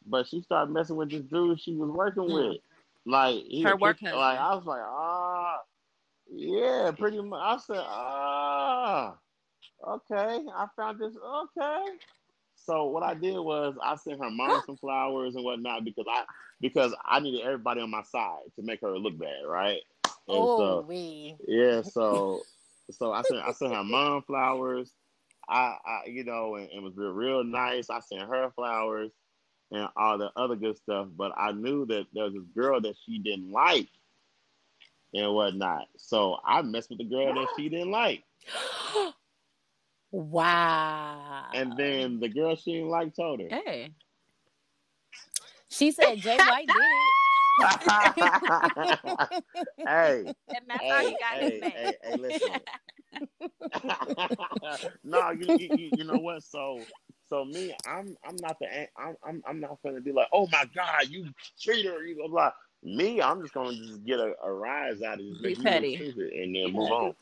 Speaker 3: but she started messing with this dude she was working
Speaker 2: Mm.
Speaker 3: with. Like he
Speaker 2: Her
Speaker 3: was
Speaker 2: work
Speaker 3: kick-
Speaker 2: husband.
Speaker 3: Like I was like, ah, yeah, pretty much. I said, ah, okay. I found this. Okay. So what I did was I sent her mom some flowers and whatnot because I because I needed everybody on my side to make her look bad, right? And
Speaker 1: Ooh
Speaker 3: so-
Speaker 1: wee. <gasps>
Speaker 3: yeah, so so I sent I sent her mom flowers. I, I you know, and it was real real nice. I sent her flowers and all the other good stuff, but I knew that there was this girl that she didn't like and whatnot. So I messed with the girl that she didn't like.
Speaker 1: Wow.
Speaker 3: And then the girl she didn't like told her.
Speaker 2: Hey,
Speaker 1: she said Jay White did it.
Speaker 3: hey,
Speaker 2: and <laughs> that's all
Speaker 3: hey,
Speaker 2: you got
Speaker 3: hey,
Speaker 2: to say.
Speaker 3: hey, hey,
Speaker 2: <laughs>
Speaker 3: listen. no, you, you you- you know what? So so me, I'm I'm not the an- I'm I'm I'm not gonna be like, oh my god, you cheater, you blah blah. Me, I'm just gonna just get a, a rise out of this,
Speaker 2: Be
Speaker 3: make you look
Speaker 2: petty.
Speaker 3: stupid, and then move on.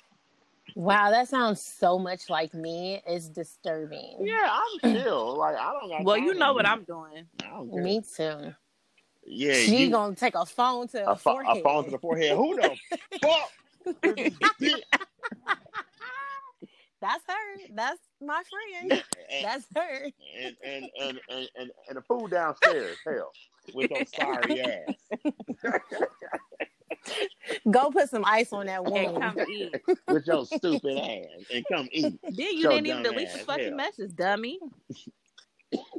Speaker 1: Wow, that sounds so much like me. It's disturbing.
Speaker 3: Yeah,
Speaker 1: <laughs>
Speaker 3: I'm chill. Like I don't got.
Speaker 2: Well,
Speaker 3: time
Speaker 2: you
Speaker 3: to
Speaker 2: know
Speaker 3: do
Speaker 2: what
Speaker 3: that.
Speaker 2: I'm doing.
Speaker 3: I don't care.
Speaker 1: Me too.
Speaker 3: yeah,
Speaker 1: she
Speaker 3: you
Speaker 1: gonna take a phone to
Speaker 3: a,
Speaker 1: a
Speaker 3: fo-
Speaker 1: forehead.
Speaker 3: a phone to the forehead. Who the
Speaker 1: <laughs>
Speaker 3: fuck?
Speaker 2: <laughs>
Speaker 3: is this bitch?
Speaker 4: that's her. That's my friend.
Speaker 3: And-
Speaker 4: That's her.
Speaker 3: and and and and and, and the food downstairs, hell, with your sorry ass.
Speaker 4: Go put some ice on that
Speaker 2: And
Speaker 4: wound.
Speaker 2: come eat.
Speaker 3: with your stupid ass and come eat.
Speaker 2: Then you
Speaker 3: Yo,
Speaker 2: didn't even
Speaker 3: dumb
Speaker 2: delete the
Speaker 3: ass,
Speaker 2: fucking
Speaker 3: hell.
Speaker 2: message, dummy.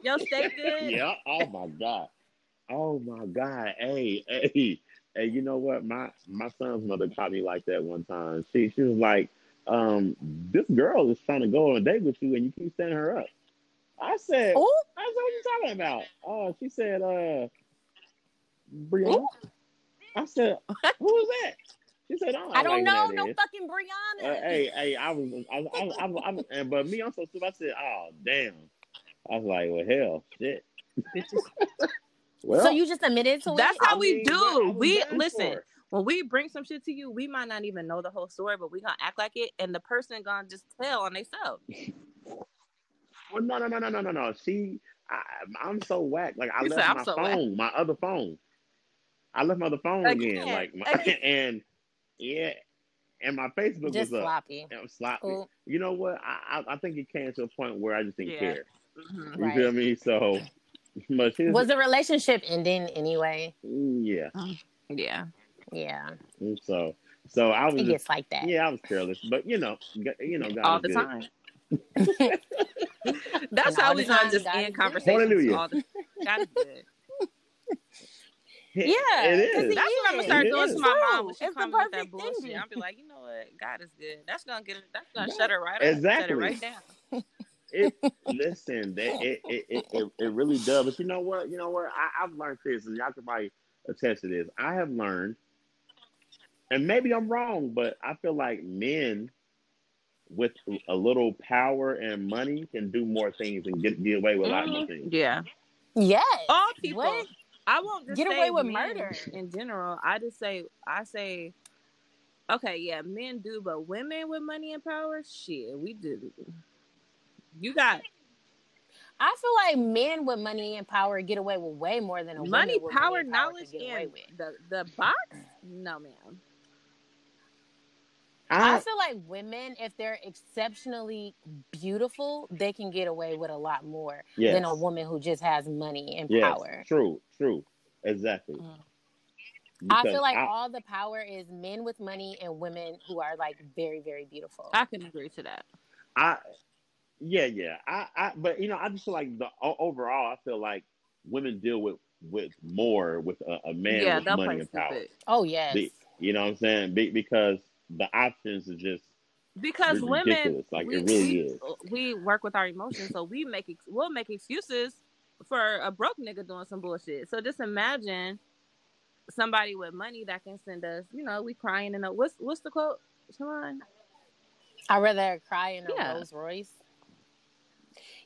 Speaker 2: Yo, stay good.
Speaker 3: <laughs> Yeah. Oh my god. Oh my god. Hey, hey, hey. You know what? My my son's mother caught me like that one time. She she was like, um, this girl is trying to go on a date with you, and you keep standing her up. I said,
Speaker 1: Ooh,
Speaker 3: I said, what you talking about? Uh, she said, uh, Brianna. I said, who is that? She said, I
Speaker 1: I don't
Speaker 3: like
Speaker 1: know
Speaker 3: who that
Speaker 1: no
Speaker 3: is."
Speaker 1: fucking Brianna.
Speaker 3: Uh, hey, hey, I was, I, was- I, was- I, was- I, was- and but me, I'm so stupid. I said, oh damn. I was like, well, hell, shit. well,
Speaker 1: so you just admitted to
Speaker 2: That's
Speaker 1: it?
Speaker 2: how we do.
Speaker 3: what I was
Speaker 2: We-
Speaker 3: down
Speaker 2: listen.
Speaker 3: for.
Speaker 2: When we bring some shit to you, we might not even know the whole story, but we gonna act like it, and the person gonna just tell on themselves.
Speaker 3: Well, no, no, no, no, no, no, no. She, I, I'm so whack. Like I
Speaker 2: You
Speaker 3: left
Speaker 2: said, "I'm
Speaker 3: my
Speaker 2: so
Speaker 3: phone, my other phone. I left my other phone again,
Speaker 2: Again,
Speaker 3: like my, <laughs>
Speaker 2: again.
Speaker 3: and yeah, and my Facebook
Speaker 1: Just
Speaker 3: was up.
Speaker 1: sloppy.
Speaker 3: And I'm sloppy.
Speaker 1: Ooh,
Speaker 3: You know what? I, I I think it came to a point where I just didn't
Speaker 2: Yeah.
Speaker 3: care.
Speaker 2: Mm-hmm.
Speaker 3: You
Speaker 1: Right.
Speaker 3: feel me? So, <laughs> but she
Speaker 1: Was the relationship ending anyway?
Speaker 3: yeah.
Speaker 2: Yeah.
Speaker 1: Yeah,
Speaker 3: And So, so I was
Speaker 1: it
Speaker 3: just,
Speaker 1: gets like that.
Speaker 3: Mm. yeah, I was careless, but you know, g- you know, God
Speaker 2: all
Speaker 3: is
Speaker 2: the
Speaker 3: good.
Speaker 2: time.
Speaker 3: <laughs>
Speaker 2: <laughs> That's
Speaker 1: And
Speaker 2: how
Speaker 1: all
Speaker 2: we
Speaker 1: the
Speaker 2: gonna
Speaker 1: time,
Speaker 2: just
Speaker 1: God is
Speaker 2: end
Speaker 1: good.
Speaker 2: conversations.
Speaker 3: Hallelujah.
Speaker 2: All the, <laughs> God is good.
Speaker 1: Yeah,
Speaker 3: it
Speaker 1: 'cause
Speaker 3: is.
Speaker 1: he
Speaker 2: That's what I'm gonna
Speaker 1: is.
Speaker 2: start
Speaker 3: It
Speaker 2: doing
Speaker 3: is.
Speaker 2: to my mom when
Speaker 4: It's
Speaker 2: she
Speaker 4: true. It's the
Speaker 2: comes with that
Speaker 4: perfect
Speaker 2: bullshit.
Speaker 4: ending.
Speaker 2: I'll be like, you know what? God is good. That's gonna get. That's gonna
Speaker 3: Yeah.
Speaker 2: shut her right up. Shut
Speaker 3: Exactly.
Speaker 2: it right down.
Speaker 1: <laughs>
Speaker 3: It, listen, that it, it, it, it, it really does. But you know what? You know what? I, I've learned this, and y'all can probably attest to this. I have learned, and maybe I'm wrong, but I feel like men with a little power and money can do more things and get, get away with a lot more
Speaker 2: Mhm.
Speaker 3: things.
Speaker 2: Yeah.
Speaker 1: Yes.
Speaker 2: All Oh, people.
Speaker 1: What?
Speaker 2: I won't just
Speaker 1: Get
Speaker 2: say
Speaker 1: away with
Speaker 2: men
Speaker 1: murder.
Speaker 2: in general. I just say I say, okay, yeah, men do, but women with money and power, shit, we do. You got
Speaker 1: I feel like men with money and power get away with way more than a woman
Speaker 2: money,
Speaker 1: with
Speaker 2: power,
Speaker 1: and
Speaker 2: knowledge,
Speaker 1: can get away
Speaker 2: and
Speaker 1: with.
Speaker 2: the the box. No, ma'am.
Speaker 1: I
Speaker 3: I,
Speaker 1: feel like women, if they're exceptionally beautiful, they can get away with a lot more
Speaker 3: yes,
Speaker 1: than a woman who just has money and
Speaker 3: yes,
Speaker 1: power.
Speaker 3: true, true, exactly.
Speaker 2: Mm.
Speaker 1: I
Speaker 3: Because
Speaker 1: feel like
Speaker 3: I-
Speaker 1: all the power is men with money and women who are like very, very beautiful.
Speaker 2: I can agree to that.
Speaker 3: I, yeah, yeah. I, I, but you know, I just feel like the o- overall, I feel like women deal with with more with a, a man
Speaker 2: yeah,
Speaker 3: with
Speaker 2: that
Speaker 3: money
Speaker 2: plays
Speaker 3: and power.
Speaker 2: stupid.
Speaker 1: oh yes,
Speaker 3: Be- you know what I'm saying? Be, because the options are just
Speaker 2: because
Speaker 3: It's
Speaker 2: women
Speaker 3: ridiculous. Like,
Speaker 2: we,
Speaker 3: it really
Speaker 2: we,
Speaker 3: is.
Speaker 2: we work with our emotions so we make ex- we'll make excuses for a broke nigga doing some bullshit. So just imagine somebody with money that can send us. You know, we crying in a what's what's the quote, Shalon?
Speaker 1: I'd rather cry in a
Speaker 2: Yeah.
Speaker 1: Rolls Royce.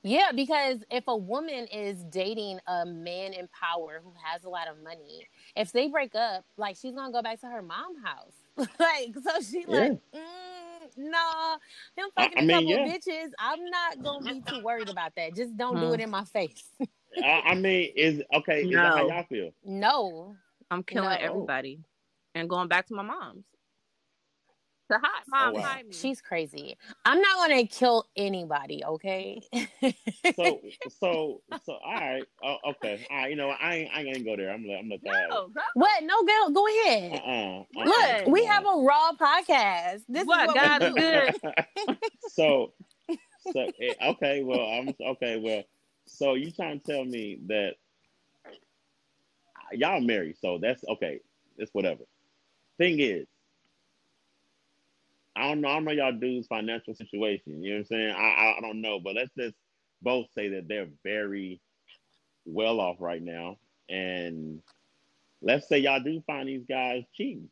Speaker 1: Yeah, because if a woman is dating a man in power who has a lot of money, if they break up, like she's gonna go back to her mom house. <laughs> like, so she like, mm, nah, him
Speaker 3: I-
Speaker 1: fucking
Speaker 3: I
Speaker 1: a
Speaker 3: mean,
Speaker 1: couple
Speaker 3: yeah.
Speaker 1: bitches. I'm not gonna be too worried about that. Just don't do
Speaker 2: Mm.
Speaker 1: it in my face. <laughs>
Speaker 3: I, I mean, is okay. Is that how
Speaker 2: No.
Speaker 3: y'all feel?
Speaker 1: no,
Speaker 2: I'm killing
Speaker 1: No.
Speaker 2: everybody and going back to my mom's. To hi, mom,
Speaker 3: Oh, wow.
Speaker 2: hi me.
Speaker 1: she's crazy. I'm not gonna kill anybody. Okay.
Speaker 3: So, so, so. All right. Oh, okay. All right. You know, what? I ain't, I ain't gonna go there. I'm gonna, I'm gonna.
Speaker 2: no, girl.
Speaker 1: <laughs> what? No, girl, go ahead.
Speaker 3: Uh-uh, uh-uh.
Speaker 1: Look, we have a raw podcast. This is
Speaker 2: What,
Speaker 1: what
Speaker 2: God
Speaker 1: we
Speaker 3: <laughs>
Speaker 2: is
Speaker 1: do.
Speaker 2: good.
Speaker 3: so, so eh, okay, well, I'm okay, well, so you trying to tell me that y'all married, so that's okay, it's whatever. Thing is, I don't know, I don't know y'all dudes' financial situation. You know what I'm saying? I, I, I don't know, but let's just both say that they're very well off right now, and let's say y'all do find these guys cheating.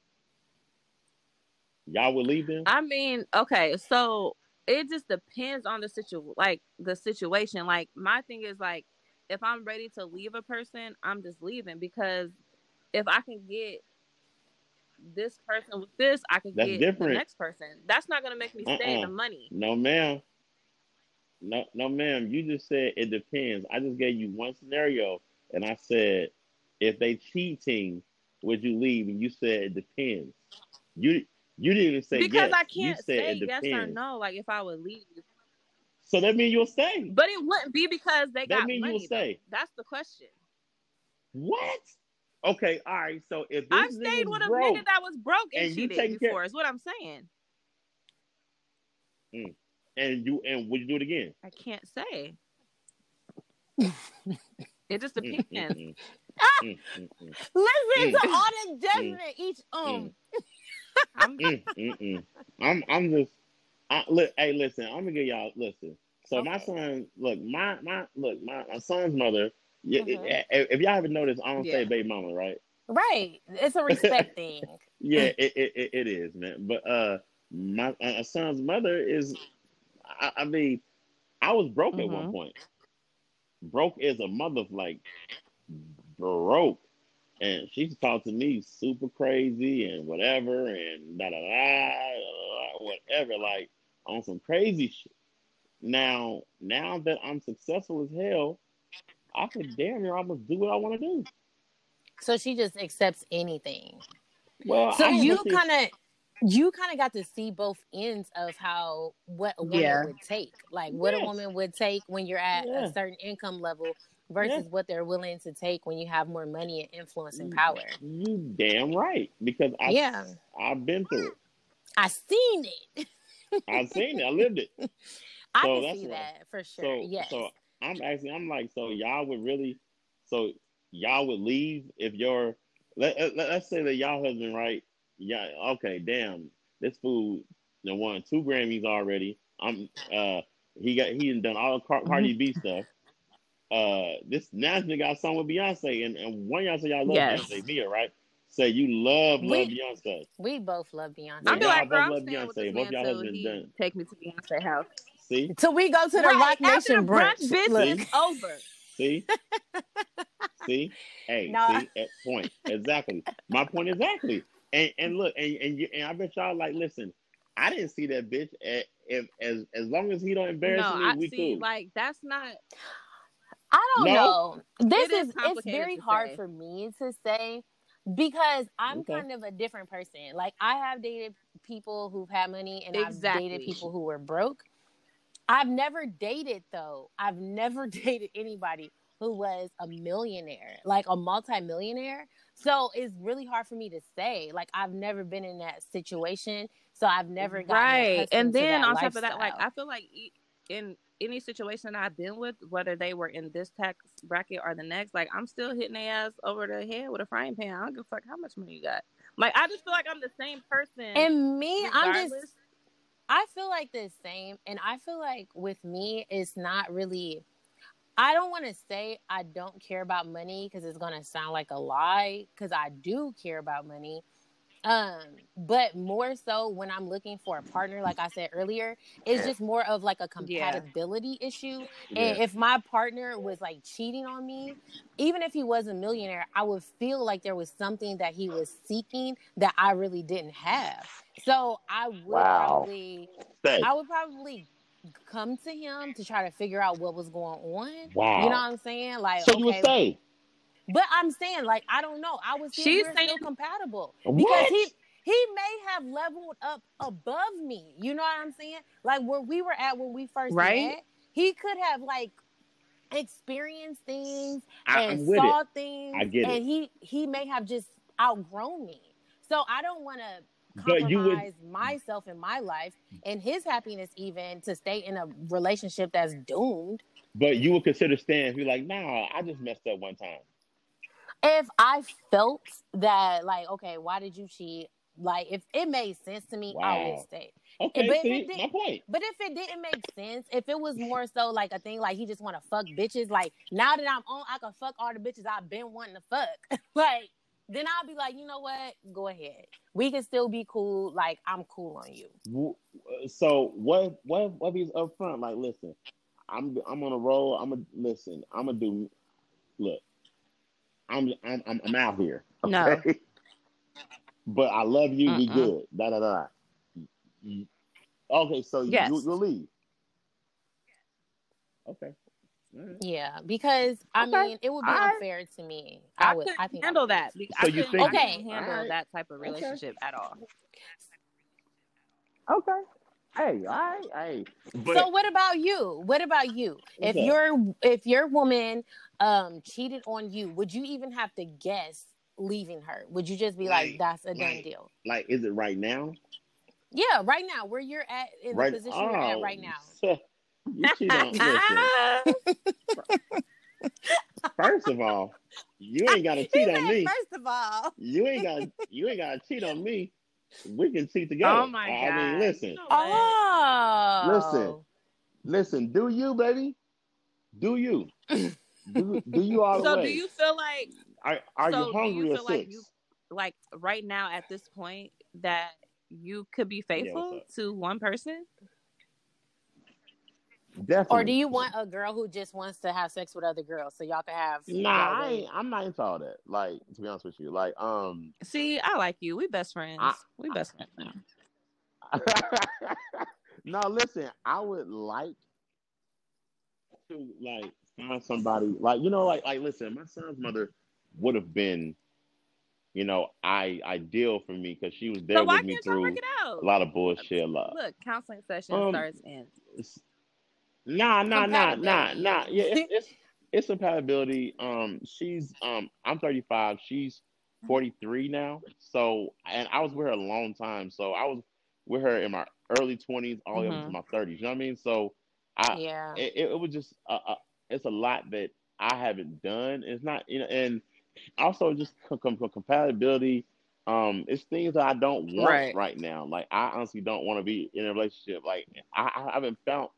Speaker 3: Y'all would leave them?
Speaker 2: I mean, okay, so it just depends on the situ like the situation. Like my thing is like if I'm ready to leave a person, I'm just leaving because if I can get this person with this, I can
Speaker 3: That's
Speaker 2: get
Speaker 3: different.
Speaker 2: the next person. That's not gonna make me stay in
Speaker 3: Uh-uh.
Speaker 2: the money.
Speaker 3: No, ma'am. No, no, ma'am. You just said it depends. I just gave you one scenario, and I said if they cheating, would you leave? And you said it depends. You you didn't even say
Speaker 2: Because
Speaker 3: yes.
Speaker 2: I
Speaker 3: You
Speaker 2: can't
Speaker 3: said
Speaker 2: say
Speaker 3: it
Speaker 2: yes
Speaker 3: depends.
Speaker 2: or no, like if I would leave.
Speaker 3: So that means you'll stay.
Speaker 2: But it wouldn't be because they
Speaker 3: That
Speaker 2: got
Speaker 3: mean you
Speaker 2: money.
Speaker 3: would stay.
Speaker 2: though. That's the question.
Speaker 3: What? Okay, all right. So if this
Speaker 2: I've stayed
Speaker 3: nigga's
Speaker 2: with a
Speaker 3: broke,
Speaker 2: nigga that was broke and,
Speaker 3: and you taking
Speaker 2: cheated
Speaker 3: care-
Speaker 2: before, is what I'm saying.
Speaker 3: and you and would you do it again?
Speaker 2: I can't
Speaker 3: <laughs>
Speaker 2: say. it just
Speaker 3: Mm, mm,
Speaker 2: depends. Ah!
Speaker 3: mm. Mm, mm, mm,
Speaker 1: Listen
Speaker 3: Mm.
Speaker 1: to all the judgment each um.
Speaker 2: I'm
Speaker 3: mm, mm, mm. I'm I'm just I, look. Hey, listen. I'm gonna give y'all listen. So my
Speaker 1: Okay.
Speaker 3: son, look, my my look, my, my son's mother. Yeah,
Speaker 1: Mhm.
Speaker 3: i- i- if y'all haven't noticed, I don't say
Speaker 2: Yeah.
Speaker 3: baby mama, right?
Speaker 1: Right. It's a respect thing.
Speaker 3: Yeah, it, it, it, it is, man. But uh, my uh, son's mother is. I, I mean, I was broke at one
Speaker 2: Mhm.
Speaker 3: point. Broke is a mother like broke, and she talked to me super crazy and whatever and da da da, da, da, whatever, like on some crazy shit. Now, now that I'm successful as hell, I could damn near almost do what I want to do.
Speaker 1: So she just accepts anything.
Speaker 3: Well,
Speaker 1: So
Speaker 3: I don't
Speaker 1: you
Speaker 3: know if it's-
Speaker 1: kind of you kind of got to see both ends of how what a woman
Speaker 4: Yeah.
Speaker 1: would take. Like what a
Speaker 3: Yes.
Speaker 1: woman would take when you're at
Speaker 3: Yeah.
Speaker 1: a certain income level versus what they're willing to take when you have more money and influence and
Speaker 3: Mm.
Speaker 1: power.
Speaker 3: you damn right because I
Speaker 1: Yeah.
Speaker 3: I've been through
Speaker 1: I seen it.
Speaker 3: it. I've seen it. I
Speaker 1: <laughs>
Speaker 3: lived it.
Speaker 1: I
Speaker 3: So
Speaker 1: can
Speaker 3: that's
Speaker 1: see
Speaker 3: what-
Speaker 1: that for sure.
Speaker 3: So
Speaker 1: yes.
Speaker 3: so I'm asking. I'm like, so y'all would really, so y'all would leave if your let, let let's say that y'all husband right. Yeah. Okay. Damn. This fool done won two Grammys already. I'm uh he got he done done all the Car- Cardi B
Speaker 1: Mm-hmm.
Speaker 3: stuff. Uh, this now this nigga got a song with Beyonce, and, and one of y'all say y'all love
Speaker 2: Yes.
Speaker 3: Beyonce, Mia, right? Say you love love
Speaker 1: We-
Speaker 3: Beyonce.
Speaker 1: we both love Beyonce.
Speaker 2: I'd be
Speaker 3: Y'all
Speaker 2: like,
Speaker 3: both
Speaker 2: girl, I'm
Speaker 3: love
Speaker 2: staying with
Speaker 3: Beyonce.
Speaker 2: this
Speaker 3: Both
Speaker 2: man
Speaker 3: y'all
Speaker 2: till
Speaker 3: husband
Speaker 2: he
Speaker 3: done.
Speaker 2: take me to Beyonce house.
Speaker 3: See,
Speaker 4: Till we go to the
Speaker 2: Right,
Speaker 4: Rock
Speaker 2: after
Speaker 4: Nation
Speaker 2: the brunch,
Speaker 4: brunch.
Speaker 2: bitch,
Speaker 4: Look,
Speaker 2: it's over.
Speaker 1: <laughs>
Speaker 3: see, see. Hey,
Speaker 4: No.
Speaker 3: see. At point exactly. My point exactly. And and look, and and, you, and I bet y'all like. Listen, I didn't see that bitch. At, if as as long as he don't embarrass
Speaker 2: No,
Speaker 3: me,
Speaker 2: I
Speaker 3: we
Speaker 2: see.
Speaker 3: cool.
Speaker 2: Like that's not.
Speaker 1: I don't
Speaker 3: No?
Speaker 1: know. This
Speaker 2: It is
Speaker 1: is it's
Speaker 2: complicated
Speaker 1: very
Speaker 2: to
Speaker 1: hard
Speaker 2: say.
Speaker 1: for me to say because I'm
Speaker 3: Okay.
Speaker 1: kind of a different person. Like I have dated people who've had money and I've dated
Speaker 2: Exactly.
Speaker 1: people who were broke. I've never dated though. I've never <laughs> dated anybody who was a millionaire, like a multimillionaire. So it's really hard for me to say. Like I've never been in that situation, so I've never gotten
Speaker 2: right. And
Speaker 1: accustomed to
Speaker 2: then
Speaker 1: that
Speaker 2: on top of that, like
Speaker 1: lifestyle.
Speaker 2: I feel like e- in any situation I've been with, whether they were in this tax bracket or the next, like I'm still hitting their ass over the head with a frying pan. I don't give a fuck how much money you got. Like I just feel like I'm the same person.
Speaker 1: and me, I'm just
Speaker 2: regardless.
Speaker 1: I feel like the same, and I feel like with me, it's not really. I don't want to say I don't care about money because it's gonna sound like a lie because I do care about money. Um, but more so when I'm looking for a partner, like I said earlier, it's just more of like a compatibility issue. And
Speaker 3: Yeah.
Speaker 1: if my partner was like cheating on me, even if he was a millionaire, I would feel like there was something that he was seeking that I really didn't have. So I would
Speaker 3: Wow.
Speaker 1: probably
Speaker 3: Say,
Speaker 1: I would probably come to him to try to figure out what was going on.
Speaker 3: Wow.
Speaker 1: You know what I'm saying? Like
Speaker 3: so
Speaker 1: okay,
Speaker 3: you would say,
Speaker 1: but I'm saying like I don't know. I would see
Speaker 2: She's
Speaker 1: if we're
Speaker 2: saying-
Speaker 1: still compatible because
Speaker 3: what?
Speaker 1: he he may have leveled up above me. You know what I'm saying? Like where we were at when we first
Speaker 2: Right.
Speaker 1: met, he could have like experienced things
Speaker 3: I,
Speaker 1: and
Speaker 3: am with
Speaker 1: saw
Speaker 3: it.
Speaker 1: things.
Speaker 3: I get it.
Speaker 1: And he he may have just outgrown me. So I don't want to
Speaker 3: But you would-
Speaker 1: compromise myself in my life and his happiness even to stay in a relationship that's doomed.
Speaker 3: But you would consider staying. if You're like, nah, I just messed up one time.
Speaker 1: If I felt that like, okay, why did you cheat? Like if it made sense to me, I would
Speaker 3: Wow.
Speaker 1: stay.
Speaker 3: Okay,
Speaker 1: But if
Speaker 3: see,
Speaker 1: it did-
Speaker 3: my point.
Speaker 1: But if it didn't make sense, if it was more so like a thing like he just want to fuck bitches, like now that I'm on, I can fuck all the bitches I've been wanting to fuck. <laughs> like then I'll be like, you know what? Go ahead. We can still be cool. Like I'm cool on you.
Speaker 3: W- uh, So what? What? What? He's up front. Like, listen, I'm I'm on a roll. I'm a listen. I'm gonna do. Look, I'm I'm I'm, I'm out here.
Speaker 2: No.
Speaker 3: okay? but I love you. We
Speaker 2: Mm-mm.
Speaker 3: good. Da da da. da. Okay, so
Speaker 2: Yes.
Speaker 3: you you leave. Okay. All right.
Speaker 1: Yeah, because I
Speaker 2: Okay.
Speaker 1: mean it would be
Speaker 2: I-
Speaker 1: unfair to me.
Speaker 2: I,
Speaker 1: I would.
Speaker 2: couldn't
Speaker 1: I think I
Speaker 2: handle
Speaker 1: would.
Speaker 2: that. Be- I
Speaker 3: So you
Speaker 2: couldn't,
Speaker 3: think-
Speaker 2: I
Speaker 1: Okay.
Speaker 2: couldn't handle
Speaker 3: Alright.
Speaker 2: that type of relationship at all.
Speaker 3: Okay. Hey, all right, hey. But
Speaker 1: so what about you? What about you? If
Speaker 3: Okay.
Speaker 1: your if your woman um cheated on you, would you even have to guess leaving her? Would you just be like,
Speaker 3: Right,
Speaker 1: that's a done
Speaker 3: right.
Speaker 1: deal?
Speaker 3: like, is it right now?
Speaker 1: Yeah, right now, where you're at in
Speaker 3: right Oh,
Speaker 1: the position you're at right now.
Speaker 3: <laughs> you cheat
Speaker 1: <laughs>
Speaker 3: on listen. <laughs>
Speaker 2: Ah!
Speaker 3: First of all, you ain't gotta cheat on me.
Speaker 4: First of all,
Speaker 3: You ain't gotta you ain't gotta cheat on me. We can cheat together.
Speaker 2: Oh my
Speaker 3: I-
Speaker 2: god!
Speaker 3: I mean,
Speaker 2: You
Speaker 3: listen,
Speaker 2: know what?
Speaker 1: Oh,
Speaker 3: listen. Do you, baby?
Speaker 2: <laughs>
Speaker 3: Do you? do, do you all the
Speaker 2: So
Speaker 3: way?
Speaker 2: do you feel like
Speaker 3: are are
Speaker 2: so
Speaker 3: you
Speaker 2: do
Speaker 3: hungry
Speaker 2: you
Speaker 3: or
Speaker 2: feel like
Speaker 3: six?
Speaker 2: you like right now at this point that you could be
Speaker 3: what's
Speaker 2: faithful
Speaker 3: up?
Speaker 2: to one person?
Speaker 3: Definitely.
Speaker 1: Or do you want a girl who just wants to have sex with other girls so y'all can have?
Speaker 3: Nah,
Speaker 1: y'all
Speaker 3: I
Speaker 1: way?
Speaker 3: ain't, I'm not into all that. Like to be honest with you, like um,
Speaker 2: See, I like you. We best friends.
Speaker 3: I-
Speaker 2: we best friends now.
Speaker 3: no. Listen, I would like to like find somebody like you know like like listen, my son's mother would have been, you know, I ideal for me because she was there
Speaker 2: So why
Speaker 3: with me
Speaker 2: can't y'all work
Speaker 3: through
Speaker 2: it out?
Speaker 3: a lot of bullshit, a lot.
Speaker 2: Look, counseling session
Speaker 3: Um,
Speaker 2: starts in.
Speaker 3: Nah, nah, nah, nah,
Speaker 1: Compatibility.
Speaker 3: nah. Yeah, it's, it's it's compatibility. Um, she's um, I'm 35. She's 43 now. So, and I was with her a long time. So I was with her in my early 20s, all the way up to
Speaker 2: Mhm.
Speaker 3: my 30s. You know what I mean? So, I
Speaker 1: Yeah.
Speaker 3: it, it- it was just a, a, it's a lot that I haven't done. It's not you know, and also just com- com- com- compatibility. Um, it's things that I don't want
Speaker 2: Right.
Speaker 3: right, now. Like I honestly don't want to be in a relationship. Like I, I haven't found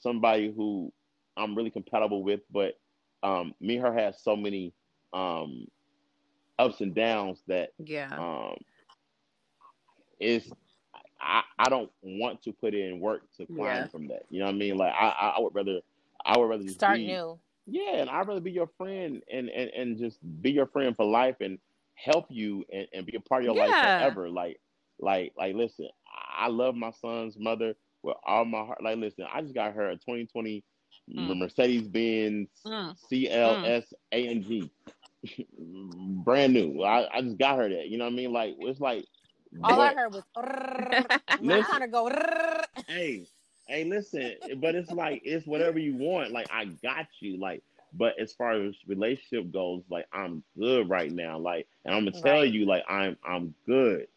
Speaker 3: somebody who I'm really compatible with. But um, me and her has so many um ups and downs that
Speaker 2: Yeah.
Speaker 3: um it's I, I don't want to put in work to climb
Speaker 2: Yeah.
Speaker 3: from that. You know what I mean? Like I, I I would rather I would rather just
Speaker 1: Start
Speaker 3: be,
Speaker 1: new.
Speaker 3: Yeah, and I'd rather be your friend and, and, and just be your friend for life and help you and, and be a part of your
Speaker 2: Yeah.
Speaker 3: life forever. Like like like listen, I I love my son's mother with all my heart. Like listen, I just got her a twenty twenty
Speaker 2: Mm.
Speaker 3: Mercedes Benz
Speaker 2: Mm.
Speaker 3: CLS AMG. Brand new. I, I just got her that. You know what I mean? Like it's like
Speaker 1: All
Speaker 3: what-
Speaker 1: I heard was.
Speaker 3: <laughs>
Speaker 1: I
Speaker 3: Listen.
Speaker 1: kind of go. "Rrrr."
Speaker 3: hey, hey, listen, but it's like it's whatever you want. Like I got you. Like, but as far as relationship goes, like I'm good right now. Like, and I'm gonna tell
Speaker 1: Right.
Speaker 3: you, like I'm I'm good.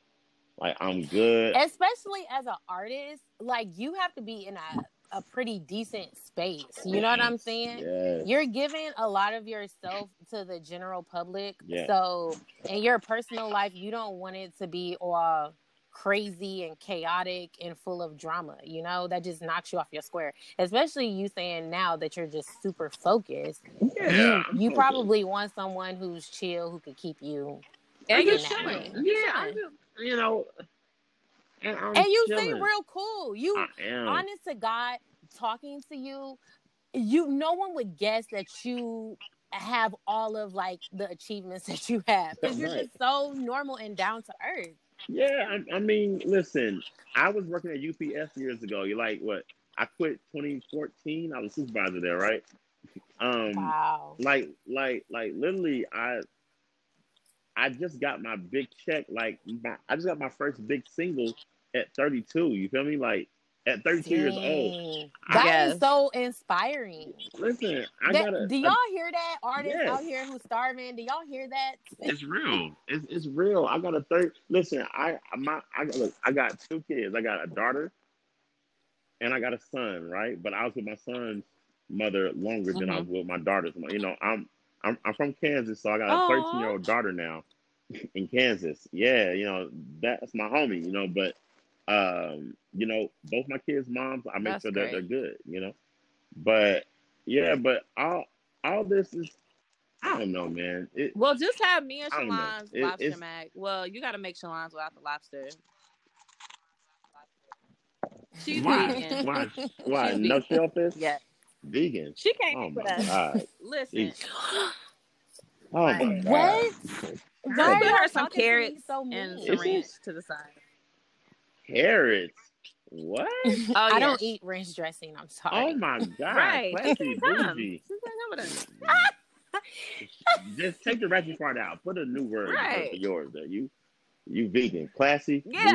Speaker 3: Like I'm good.
Speaker 1: Especially as an artist, like you have to be in a a pretty decent space. You know what I'm saying?
Speaker 3: Yes.
Speaker 1: you're giving a lot of yourself to the general public
Speaker 3: Yeah.
Speaker 1: so in your personal life you don't want it to be all crazy and chaotic and full of drama. You know, that just knocks you off your square. Especially you saying now that you're just super focused.
Speaker 5: Yeah.
Speaker 1: You probably want someone who's chill, who can keep you.
Speaker 2: And
Speaker 1: you
Speaker 2: you
Speaker 1: know.
Speaker 2: should.
Speaker 1: chilling.
Speaker 3: Yeah, I just, you know, and, I'm
Speaker 1: and you
Speaker 3: chilling. Mm-hmm.
Speaker 1: seem real cool. You
Speaker 3: I am.
Speaker 1: honest to God, talking to you, you no one would guess that you have all of like the achievements <laughs> that you have because you're
Speaker 3: Right.
Speaker 1: just so normal and down to earth.
Speaker 3: yeah, I, I mean, listen, I was working at UPS years ago. You're like, what? I quit 2014. I was supervisor there, right? Um,
Speaker 1: Wow.
Speaker 3: like, like, like, literally, I, I just got my big check. Like, my, I just got my first big single at 32. You feel me? Like, at 32 years old.
Speaker 1: Dang. That is
Speaker 2: Yes.
Speaker 1: so inspiring.
Speaker 3: Listen, I
Speaker 1: That-
Speaker 3: gotta.
Speaker 1: do y'all hear that? Artists
Speaker 3: Yes.
Speaker 1: out here who's starving. Do y'all hear that?
Speaker 3: It's real. It's, it's real. I got a third. Listen, I my I got look, I got two kids. I got a daughter, and I got a son. Right, but I was with my son's mother longer than I
Speaker 2: Mm-hmm.
Speaker 3: was with my daughter's. mother. You know, I'm I'm I'm from Kansas, so I got
Speaker 2: Aw.
Speaker 3: a 13 year old daughter now <laughs> in Kansas. Yeah, you know that's my homie. You know, but um, you know both my kids' moms. I make
Speaker 2: That's
Speaker 3: sure
Speaker 2: great.
Speaker 3: that they're good. You know, but yeah, but all all this is I don't know, man. It,
Speaker 2: Well, just have me and
Speaker 3: I don't know.
Speaker 2: Shalon's
Speaker 3: It-
Speaker 2: lobster
Speaker 3: it's-
Speaker 2: mag. Well, you got to make Shalon's without the lobster. She's
Speaker 3: Why?
Speaker 1: <laughs>
Speaker 2: vegan. <laughs>
Speaker 3: Why? Why?
Speaker 2: She's
Speaker 3: No
Speaker 2: vegan.
Speaker 3: shellfish?
Speaker 2: Yeah,
Speaker 3: Vegan.
Speaker 2: she can't
Speaker 3: Oh
Speaker 2: eat
Speaker 3: my
Speaker 2: with us.
Speaker 3: god.
Speaker 2: Listen,
Speaker 3: Eat. Oh my god.
Speaker 1: What? Why
Speaker 3: Give
Speaker 1: are
Speaker 2: give
Speaker 1: y'all
Speaker 2: her some
Speaker 1: talking to me
Speaker 2: carrots
Speaker 1: so
Speaker 2: and
Speaker 1: mean?
Speaker 2: some
Speaker 3: It's
Speaker 2: ranch
Speaker 3: just-
Speaker 2: to the side.
Speaker 3: Carrots. What?
Speaker 2: <laughs> Oh,
Speaker 1: I don't
Speaker 2: yes.
Speaker 1: eat ranch dressing. I'm
Speaker 3: Oh
Speaker 1: sorry. <laughs>
Speaker 3: my god.
Speaker 2: Right.
Speaker 3: Classy,
Speaker 2: Come. <laughs>
Speaker 3: bougie.
Speaker 2: She's like, "Come
Speaker 3: <laughs>
Speaker 2: with us."
Speaker 3: Just take the ratchet part out. Put a new word in there for
Speaker 2: Right.
Speaker 3: yours. There. You you vegan. Classy,
Speaker 2: Yeah.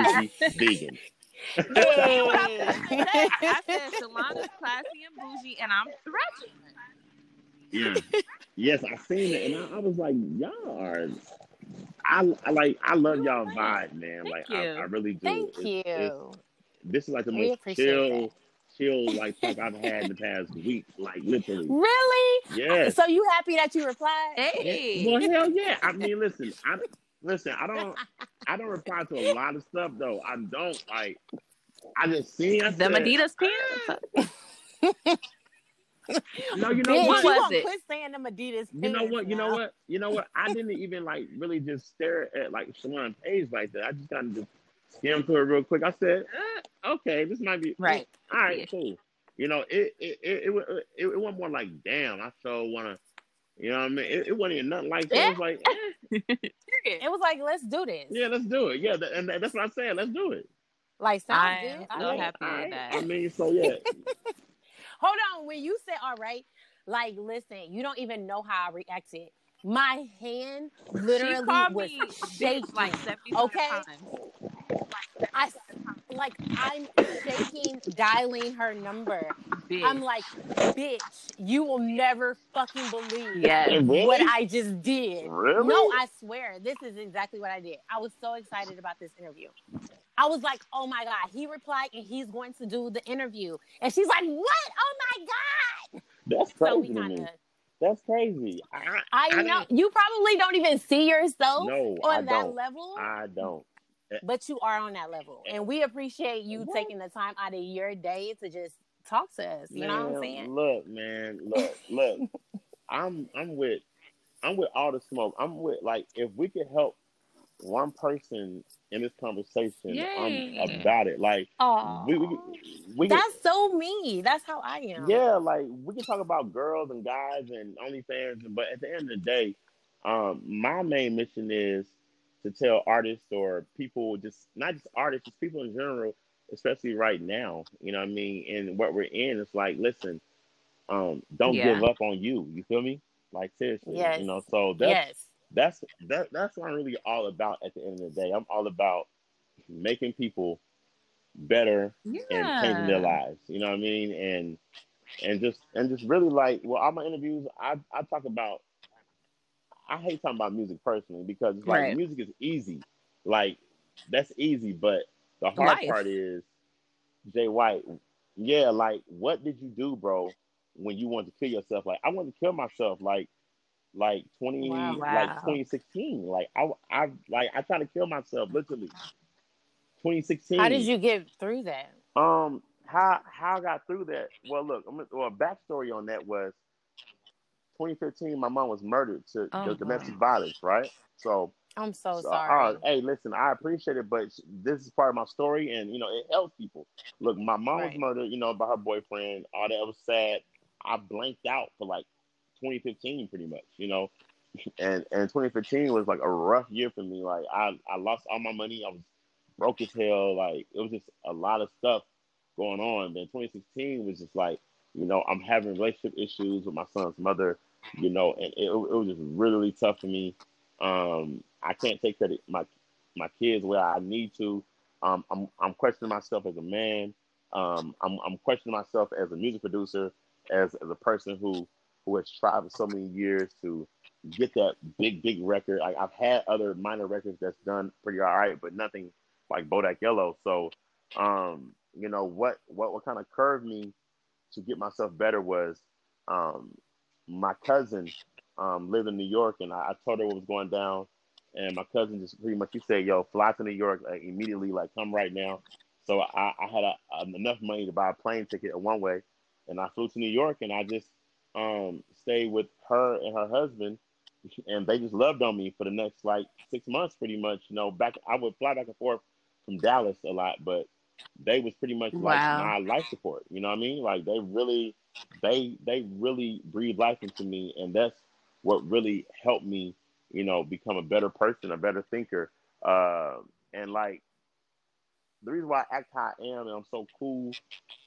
Speaker 2: <laughs>
Speaker 3: bougie, vegan.
Speaker 2: I said- I said Shalon is classy and bougie, and I'm ratchet. <laughs>
Speaker 3: Yeah. yes, I seen it and I, I was like, y'all are I, I like I love
Speaker 2: You are
Speaker 3: y'all
Speaker 2: right.
Speaker 3: vibe, man.
Speaker 2: Thank
Speaker 3: like
Speaker 2: you.
Speaker 3: I, I really do.
Speaker 1: Thank
Speaker 3: It's-
Speaker 1: you.
Speaker 3: it's- this is like the
Speaker 1: We
Speaker 3: most
Speaker 1: appreciate
Speaker 3: chill, chill like talk I've had in the past week. Like literally,
Speaker 1: really?
Speaker 3: yes.
Speaker 1: So you happy that you replied?
Speaker 2: Hey.
Speaker 3: Well, hell yeah. I mean, listen, I listen. I don't, I don't reply to a lot of stuff though. I don't like. I just seen. I
Speaker 2: Them
Speaker 3: said,
Speaker 2: Adidas pants.
Speaker 3: No, you know
Speaker 1: Bitch,
Speaker 3: what?
Speaker 1: you
Speaker 2: was
Speaker 1: gonna
Speaker 2: it?
Speaker 1: quit saying them Adidas.
Speaker 3: You know
Speaker 1: pants
Speaker 3: what? You know
Speaker 1: now.
Speaker 3: what? You know what? I didn't even like really just stare at like Shalon Page like that. I just kind of just skimmed through it real quick. I said, eh, okay, this might be
Speaker 2: Right.
Speaker 3: All right,
Speaker 2: Yeah.
Speaker 3: cool. You know, it it it it, wa- it, it wasn't more like damn. I so wanna. You know what I mean? It, it wasn't even nothing like that. It was like, eh,
Speaker 1: It was like, let's do this.
Speaker 3: yeah, let's do it. Yeah, that, and that- that's what I'm saying. Let's do it.
Speaker 1: Like, sounds
Speaker 2: I
Speaker 1: good.
Speaker 2: am
Speaker 1: All
Speaker 2: so
Speaker 1: right.
Speaker 2: happy
Speaker 3: All
Speaker 2: with
Speaker 3: right.
Speaker 2: that.
Speaker 3: I mean, so yeah,
Speaker 1: Hold on. When you said, all right, like, listen, you don't even know how I reacted. My hand
Speaker 2: She
Speaker 1: literally
Speaker 2: called
Speaker 1: was
Speaker 3: <laughs>
Speaker 2: me
Speaker 1: shaking.
Speaker 2: bitch like 75
Speaker 1: Okay.
Speaker 2: times.
Speaker 1: I, like, I'm shaking, dialing her number.
Speaker 2: Bitch.
Speaker 1: I'm like, bitch, you will never fucking believe
Speaker 2: yes.
Speaker 1: <laughs>
Speaker 3: Really?
Speaker 1: what I just did.
Speaker 3: really?
Speaker 1: No, I swear, this is exactly what I did. I was so excited about this interview. I was like, oh my God, he replied and he's going to do the interview. And she's like, what? Oh my God.
Speaker 3: that's
Speaker 1: So we
Speaker 3: crazy to
Speaker 1: kind
Speaker 3: me.
Speaker 1: of,
Speaker 3: That's crazy. I,
Speaker 1: I,
Speaker 3: I
Speaker 1: know, you probably don't even see yourself
Speaker 3: no, I
Speaker 1: on that
Speaker 3: don't.
Speaker 1: level,
Speaker 3: I don't.
Speaker 1: but you are on that level. And we appreciate you
Speaker 3: What?
Speaker 1: taking the time out of your day to just talk to us. You know what I'm
Speaker 3: Man,
Speaker 1: saying?
Speaker 3: Look, man, look,
Speaker 1: <laughs>
Speaker 3: look. I'm I'm with I'm with all the smoke. I'm with like if we could help one person in this conversation, I'm
Speaker 2: Yay.
Speaker 3: about it. Like
Speaker 1: Oh,
Speaker 3: we we, we could-
Speaker 1: that's so me. That's how I am.
Speaker 3: yeah, like we can talk about girls and guys and OnlyFans, but at the end of the day, um, my main mission is to tell artists or people, just not just artists, just people in general, especially right now. You know what I mean? And what we're in, it's like, listen, um, don't
Speaker 2: Yeah.
Speaker 3: give up on you. You feel me? Like seriously,
Speaker 1: Yes.
Speaker 3: you know. So that's
Speaker 1: Yes.
Speaker 3: that's that, that's what I'm really all about. At the end of the day, I'm all about making people better and changing their
Speaker 2: Yeah.
Speaker 3: lives. You know what I mean? And and just and just really like well, all my interviews, I I talk about. I hate talking about music personally because it's like
Speaker 2: Right.
Speaker 3: music is easy, like that's easy. But the hard
Speaker 2: Life.
Speaker 3: part is Jay White. Yeah, like what did you do, bro? When you wanted to kill yourself, like I wanted to kill myself, like like twenty,
Speaker 1: Wow.
Speaker 3: like
Speaker 2: Wow.
Speaker 3: twenty sixteen, like I I like I tried to kill myself literally. 2016.
Speaker 1: How did you get through that?
Speaker 3: Um, how how I got through that? Well, look, I'm, gonna- well, backstory on that was 2015. My mom was murdered to
Speaker 2: Oh,
Speaker 3: the
Speaker 2: wow. Oh,
Speaker 3: domestic violence, right? So,
Speaker 1: I'm so
Speaker 3: so,
Speaker 1: sorry.
Speaker 3: uh, hey, listen, I appreciate it, but sh- this is part of my story, and you know, it helps people. Look, my mom was
Speaker 1: Right.
Speaker 3: murdered, you know, by her boyfriend. All that was sad. I blanked out for like 2015, pretty much, you know, and and 2015 was like a rough year for me. Like I I lost all my money. I was broke as hell. Like it was just a lot of stuff going on. Then 2016 was just like, you know, I'm having relationship issues with my son's mother, you know, and it, it was just really tough for me. Um, I can't take that my my kids where I need to. Um, I'm I'm questioning myself as a man. Um, I'm I'm questioning myself as a music producer, as as a person who who has tried for so many years to get that big big record. Like I've had other minor records that's done pretty all right, but nothing like Bodak Yellow. So, um, you know what what what kind of curved me to get myself better was um, my cousin um, lived in New York, and I, I told her what was going down. And my cousin just pretty much he said, "Yo, fly to New York like, immediately, like come right now." So I, I had a, um, enough money to buy a plane ticket, a one way, and I flew to New York, and I just um, stayed with her and her husband, and they just loved on me for the next like six months, pretty much. You know, back I would fly back and forth from Dallas a lot, but they was pretty much like
Speaker 1: Wow.
Speaker 3: my life support. You know what I mean? Like they really they they really breathe life into me and that's what really helped me you know become a better person a better thinker uh, and like the reason why i act how i am and i'm so cool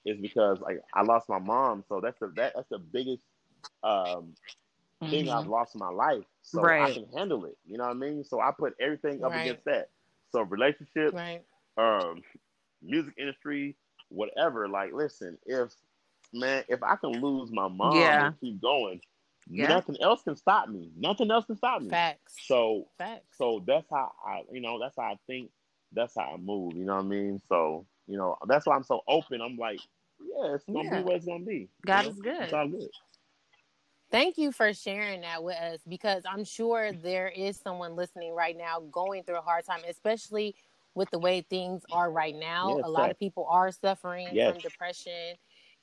Speaker 3: is because like i lost my mom so that's the that, that's the biggest um, thing
Speaker 1: Mm.
Speaker 3: I've lost in my life. So I
Speaker 2: Mm-hmm. Right.
Speaker 3: can handle it. You know what I mean? So I put everything up
Speaker 1: Right.
Speaker 3: against that. So relationships,
Speaker 1: Right.
Speaker 3: um, music industry, whatever. Like, listen, if man, if I can lose my mom
Speaker 2: Yeah.
Speaker 3: and keep going,
Speaker 2: Yeah.
Speaker 3: nothing else can stop me. Nothing else can stop me.
Speaker 1: Facts.
Speaker 3: So,
Speaker 1: Facts.
Speaker 3: so that's how I, you know, that's how I think. That's how I move. You know what I mean? So, you know, that's why I'm so open. I'm like, yeah, it's gonna
Speaker 2: Yeah.
Speaker 3: be what it's gonna be.
Speaker 2: God
Speaker 3: you know?
Speaker 2: is good.
Speaker 3: It's all good.
Speaker 1: Thank you for sharing that with us because I'm sure there is someone listening right now going through a hard time, especially with the way things are right now.
Speaker 3: Yes,
Speaker 1: a lot
Speaker 3: facts.
Speaker 1: of people are suffering
Speaker 3: Yes.
Speaker 1: from depression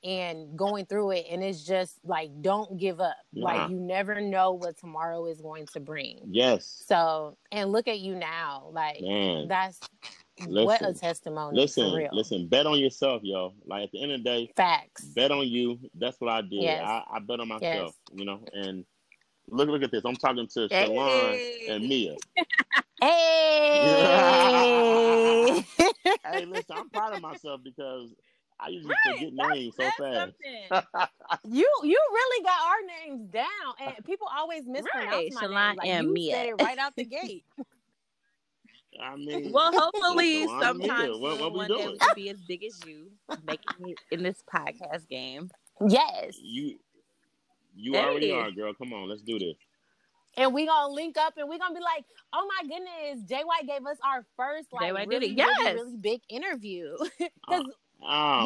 Speaker 1: and going through it. And it's just like, don't give up.
Speaker 3: Nah.
Speaker 1: Like, you never know what tomorrow is going to bring.
Speaker 3: Yes,
Speaker 1: So, and look at you now. Like,
Speaker 3: man.
Speaker 1: that's what a
Speaker 3: Listen.
Speaker 1: testimony
Speaker 3: Listen,
Speaker 1: for real.
Speaker 3: listen, bet on yourself, yo. Like at the end of the day,
Speaker 1: Facts.
Speaker 3: bet on you. That's what I did.
Speaker 1: Yes.
Speaker 3: I, I bet on myself,
Speaker 1: Yes.
Speaker 3: you know. And look, look at this. I'm talking to
Speaker 2: Hey.
Speaker 3: Shalon and Mia. <laughs>
Speaker 1: Hey.
Speaker 3: Hey, listen, I'm proud of myself because I usually forget
Speaker 2: That's-
Speaker 3: names so
Speaker 2: that's
Speaker 3: fast.
Speaker 2: something.
Speaker 1: Uh, You you really got our names down, and people always mispronounce
Speaker 2: Uh, Right,
Speaker 1: my
Speaker 2: Shalon
Speaker 1: name. Like
Speaker 2: and
Speaker 1: you
Speaker 2: Mia.
Speaker 1: said it right out the
Speaker 2: <laughs>
Speaker 1: gate.
Speaker 3: I
Speaker 1: <laughs>
Speaker 3: mean,
Speaker 2: Well, hopefully,
Speaker 3: Shalon and Mia,
Speaker 2: sometime
Speaker 3: what-
Speaker 2: soon,
Speaker 3: what we
Speaker 2: one day
Speaker 3: doing?
Speaker 2: we can be as big as you, making it in this podcast game.
Speaker 1: Yes,
Speaker 3: you you
Speaker 2: Hey.
Speaker 3: already are, girl. Come on, let's do this.
Speaker 1: and we gonna link up, and we gonna be like, oh my goodness, Jay White gave us our first like
Speaker 2: JY
Speaker 1: really,
Speaker 2: did it. Yes.
Speaker 1: really really big interview because
Speaker 3: Oh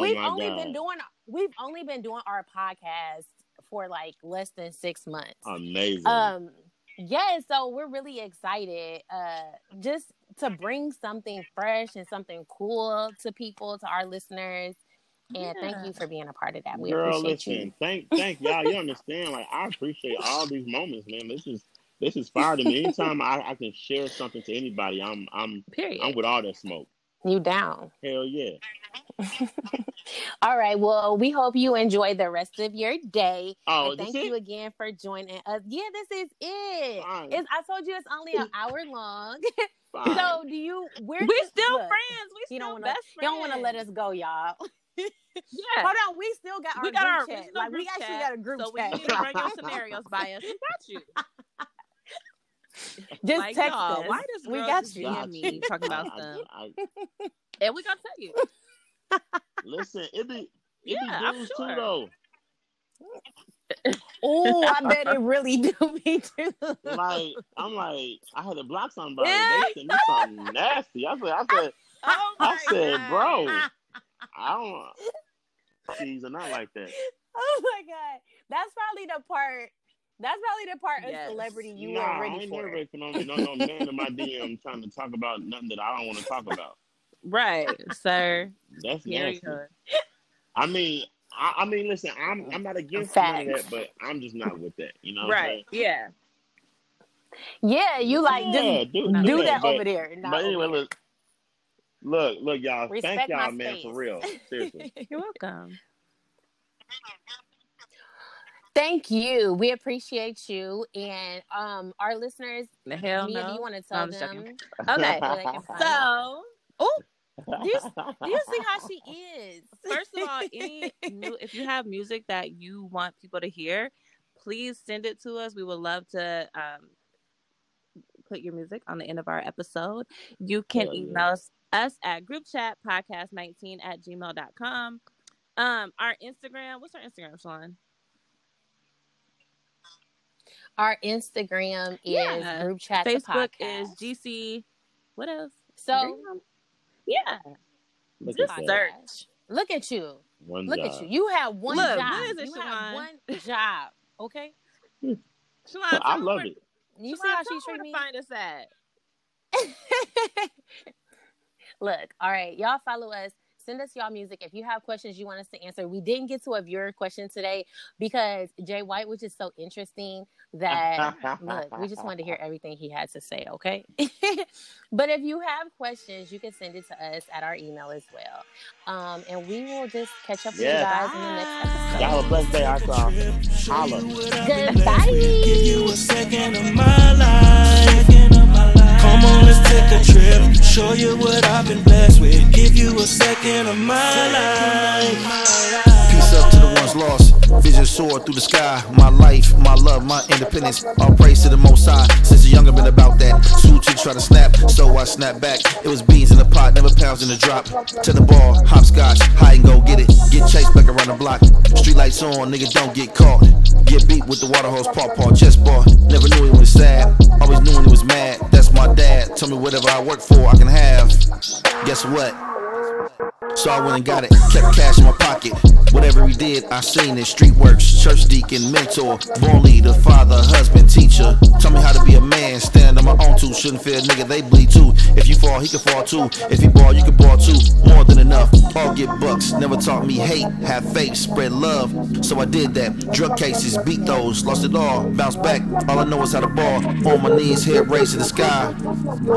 Speaker 1: <laughs> we've
Speaker 3: my
Speaker 1: only
Speaker 3: god.
Speaker 1: been doing we've only been doing our podcast for like less than six months.
Speaker 3: Amazing.
Speaker 1: um yeah so we're really excited uh just to bring something fresh and something cool to people to our listeners and thank
Speaker 2: Yeah.
Speaker 1: you for being a part of that we
Speaker 3: Girl,
Speaker 1: appreciate
Speaker 3: listen,
Speaker 1: you <laughs>
Speaker 3: thank thank y'all. You understand? Like I appreciate all these moments, man. This is this is fire
Speaker 1: <laughs>
Speaker 3: to me. Anytime I, I can share something to anybody, I'm I'm I'm
Speaker 2: Period.
Speaker 3: with all that smoke.
Speaker 1: you down
Speaker 3: Hell yeah.
Speaker 1: all right well we hope you enjoy the rest of your day
Speaker 3: Oh,
Speaker 1: and
Speaker 3: this
Speaker 1: thank you
Speaker 3: it?
Speaker 1: again for joining us yeah this is it
Speaker 3: Fine.
Speaker 1: it's, i told you it's only an hour long
Speaker 3: <laughs>
Speaker 1: <laughs>
Speaker 3: Fine.
Speaker 1: so do you we're
Speaker 2: We still
Speaker 1: look,
Speaker 2: friends. We
Speaker 1: you
Speaker 2: still
Speaker 1: don't wanna-
Speaker 2: best friends.
Speaker 1: they don't want to let us go y'all
Speaker 2: Yeah.
Speaker 1: Hold on, we still got our
Speaker 2: we got our
Speaker 1: group chat.
Speaker 2: original
Speaker 1: Like
Speaker 2: group
Speaker 1: we actually
Speaker 2: chat,
Speaker 1: got a group
Speaker 2: so when
Speaker 3: <laughs>
Speaker 1: chat.
Speaker 2: you need to run your scenarios by us, we got you.
Speaker 1: <laughs> Just
Speaker 2: like,
Speaker 1: text
Speaker 2: y'all,
Speaker 1: us.
Speaker 2: why does
Speaker 1: we
Speaker 2: girl
Speaker 1: got
Speaker 2: just
Speaker 1: you.
Speaker 2: DM
Speaker 3: Got
Speaker 2: me
Speaker 3: you.
Speaker 2: talking
Speaker 3: I-
Speaker 2: about
Speaker 3: I-
Speaker 2: stuff?
Speaker 3: I-
Speaker 2: And we gonna tell
Speaker 1: <laughs>
Speaker 2: you.
Speaker 1: Oh
Speaker 3: listen, it be it
Speaker 2: Yeah,
Speaker 3: be
Speaker 2: I'm
Speaker 3: dudes too
Speaker 2: sure.
Speaker 3: though.
Speaker 1: Oh, I bet
Speaker 2: <laughs>
Speaker 1: it really <laughs> do me too.
Speaker 3: Like I'm like I had to block somebody.
Speaker 2: Yeah.
Speaker 3: They sent me something nasty. I said I said
Speaker 2: Oh
Speaker 3: I
Speaker 2: my
Speaker 3: said,
Speaker 2: god.
Speaker 3: bro,
Speaker 1: <laughs>
Speaker 3: I don't. She's not like that.
Speaker 1: <laughs> oh my god, that's probably the part. That's probably the part
Speaker 2: Yes.
Speaker 1: of celebrity you
Speaker 3: nah,
Speaker 1: were
Speaker 3: I
Speaker 1: ready
Speaker 3: ain't
Speaker 1: for.
Speaker 3: never been on no, no man in my DM trying to talk about nothing that I don't want to talk about.
Speaker 2: Right, sir.
Speaker 5: That's
Speaker 2: Here we
Speaker 5: nasty.
Speaker 2: go.
Speaker 5: I mean, I, I mean, listen, I'm I'm not against none of
Speaker 1: Facts.
Speaker 5: that, but I'm just not with that. You know, what I'm
Speaker 2: Right.
Speaker 5: saying?
Speaker 2: Yeah.
Speaker 1: Yeah, you like
Speaker 5: Yeah,
Speaker 1: just
Speaker 5: do,
Speaker 1: do
Speaker 5: that,
Speaker 1: that
Speaker 5: but,
Speaker 1: over there. Not
Speaker 5: But anyway,
Speaker 1: over
Speaker 5: look, look, look, y'all. thank
Speaker 1: Respect my
Speaker 5: y'all, man,
Speaker 1: space. <laughs>
Speaker 5: for real. Seriously,
Speaker 2: <laughs> You're welcome.
Speaker 1: Thank you. We appreciate you and um our listeners.
Speaker 2: The hell
Speaker 1: Mia, do you
Speaker 2: no.
Speaker 1: want to
Speaker 2: No,
Speaker 1: tell
Speaker 2: I'm just joking. <laughs>
Speaker 1: them?
Speaker 2: Okay.
Speaker 1: where they can find you?
Speaker 2: So
Speaker 1: Do you see how she is?
Speaker 2: <laughs> first of all, any new, if you have music that you want people to hear, please send it to us. We would love to um, put your music on the end of our episode. You can
Speaker 5: Hell yeah.
Speaker 2: email us, us at groupchatpodcast19 at gmail.com. Um, our Instagram, what's our Instagram, Sean?
Speaker 1: Our Instagram is
Speaker 2: Yeah.
Speaker 1: group chat. the
Speaker 2: Facebook
Speaker 1: podcast.
Speaker 2: is GC. What else?
Speaker 1: So
Speaker 2: Yeah.
Speaker 5: <laughs> look
Speaker 2: Just
Speaker 5: at that.
Speaker 2: search.
Speaker 1: Gosh. Look at you.
Speaker 5: One
Speaker 1: Look
Speaker 5: job.
Speaker 1: at you. You have one job.
Speaker 2: Look, what is it,
Speaker 1: you have
Speaker 2: Siobhan?
Speaker 1: one
Speaker 2: <laughs>
Speaker 1: job. Okay.
Speaker 2: Sean,
Speaker 5: I
Speaker 2: tell 'em
Speaker 5: love
Speaker 2: where-
Speaker 5: it.
Speaker 1: You
Speaker 2: Siobhan,
Speaker 1: see how
Speaker 2: tell 'em
Speaker 1: she
Speaker 2: where
Speaker 1: treat
Speaker 2: to
Speaker 1: me?
Speaker 2: Find us at.
Speaker 1: <laughs> Look, all right, y'all follow us. Send us y'all music if you have questions you want us to answer. We didn't get to a viewer question today because Jay White was just so interesting
Speaker 5: <laughs>
Speaker 1: that look, we just wanted to hear everything he had to say, okay? <laughs> but if you have questions, you can send it to us at our email as well. Um, and we will just catch up with you
Speaker 5: Yes.
Speaker 1: guys in the next episode.
Speaker 5: Y'all have a blessed day, Arkansas. Holla.
Speaker 1: Goodbye.
Speaker 6: Give you a second of my life. Come on, let's take a trip. Show you what I've been blessed with. Give you a second of my life.
Speaker 7: Peace up to the ones lost. Vision soared through the sky. My life, my love, my independence. All praise to the most high. Since a young I've been about that. Suit you try to snap, so I snap back. It was beans in the pot, never pounds in the drop. To the ball, hopscotch, hide and go get it. Get chased back around the block. Street lights on, nigga, don't get caught. Get beat with the water hose, paw paw, chest bar. Never knew he was sad, always knew when he was mad. That's my dad. Tell me whatever I work for, I can have. Guess what? So I went and got it, kept cash in my pocket. Whatever he did, I seen it. Street works, church deacon, mentor, born leader, father, husband, teacher. Tell me how to be a man, stand on my own two. Shouldn't fear, nigga, they bleed too. If you fall, he can fall too. If he ball, you can ball too. More than enough, all get bucks. Never taught me hate, have faith, spread love. So I did that. Drug cases, beat those, lost it all, bounced back. All I know is how to ball. On my knees, head raised to the sky.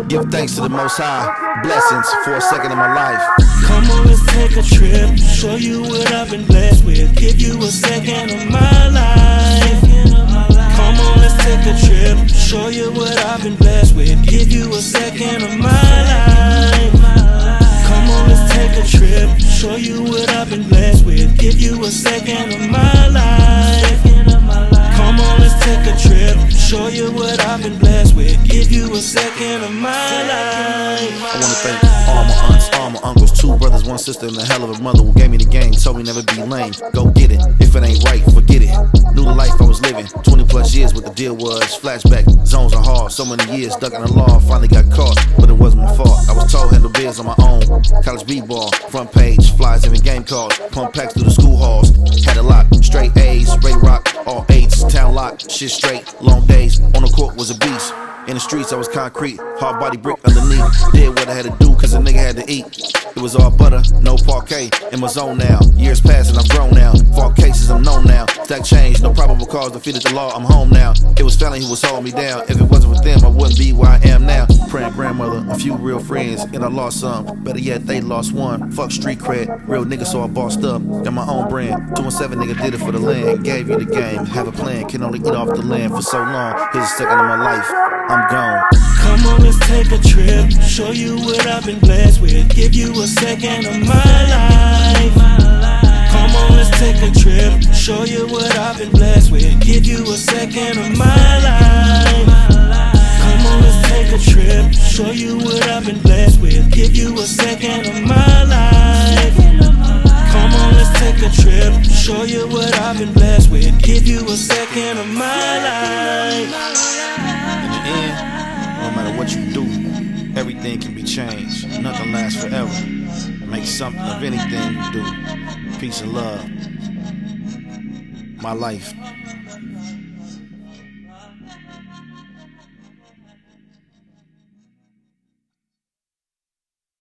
Speaker 7: Give thanks to the Most High. Blessings for a second of my life.
Speaker 6: Come on, let's take a trip. Show you what I've been blessed with. Give you a second of my life. Come on, let's take a trip. Show you what I've been blessed with. Give you a second of my life. Come on, let's take a trip. Show you what I've been blessed with. Give you a second of my life. Come on, let's take a trip. Show you what I've been blessed with. Give you a second of my life.
Speaker 7: I wanna thank all my aunts, all my uncles, two brothers, one sister, and a hell of a mother who gave me the game. Told me never be lame. Go get it. If it ain't right, forget it. Knew the life I was living. 20 plus years, what the deal was. Flashback, zones are hard. So many years stuck in the law. Finally got caught, but it wasn't my fault. I was told handle biz on my own. College b-ball, front page, flies every game calls. Pump packs through the school halls. Had a lot, straight A's, Ray Rock, all eights, town lock, shit straight. Long days on the court was a beast. In the streets, I was concrete, hard body brick underneath. Did what I had to do, cause a nigga had to eat. It was all butter, no parquet. In my zone now, years passing, I'm grown now. Fought cases, I'm known now. Stack change, no probable cause, defeated the law, I'm home now. It was family who was holding me down. If it wasn't for them, I wouldn't be where I am now. Praying grandmother, a few real friends, and I lost some. Better yet, they lost one. Fuck street cred, real nigga, so I bossed up. Got my own brand. Two and seven nigga did it for the land. Gave you the game, have a plan, can only eat off the land for so long. Here's a second of my life, I'm gone.
Speaker 6: Come on, let's take a trip. Show you what I've been blessed with. Give you a second of my life. Come on, let's take a trip. Show you what I've been blessed with. Give you a second of my life. Come on, let's take a trip. Show you what I've been blessed with. Give you a second of my life. Come on, let's take a trip. Show you what I've been blessed with. Give you a second of my life.
Speaker 7: In the end, no matter what you do, everything can be changed. Nothing lasts forever. Make something of anything you do. Peace and love. My life.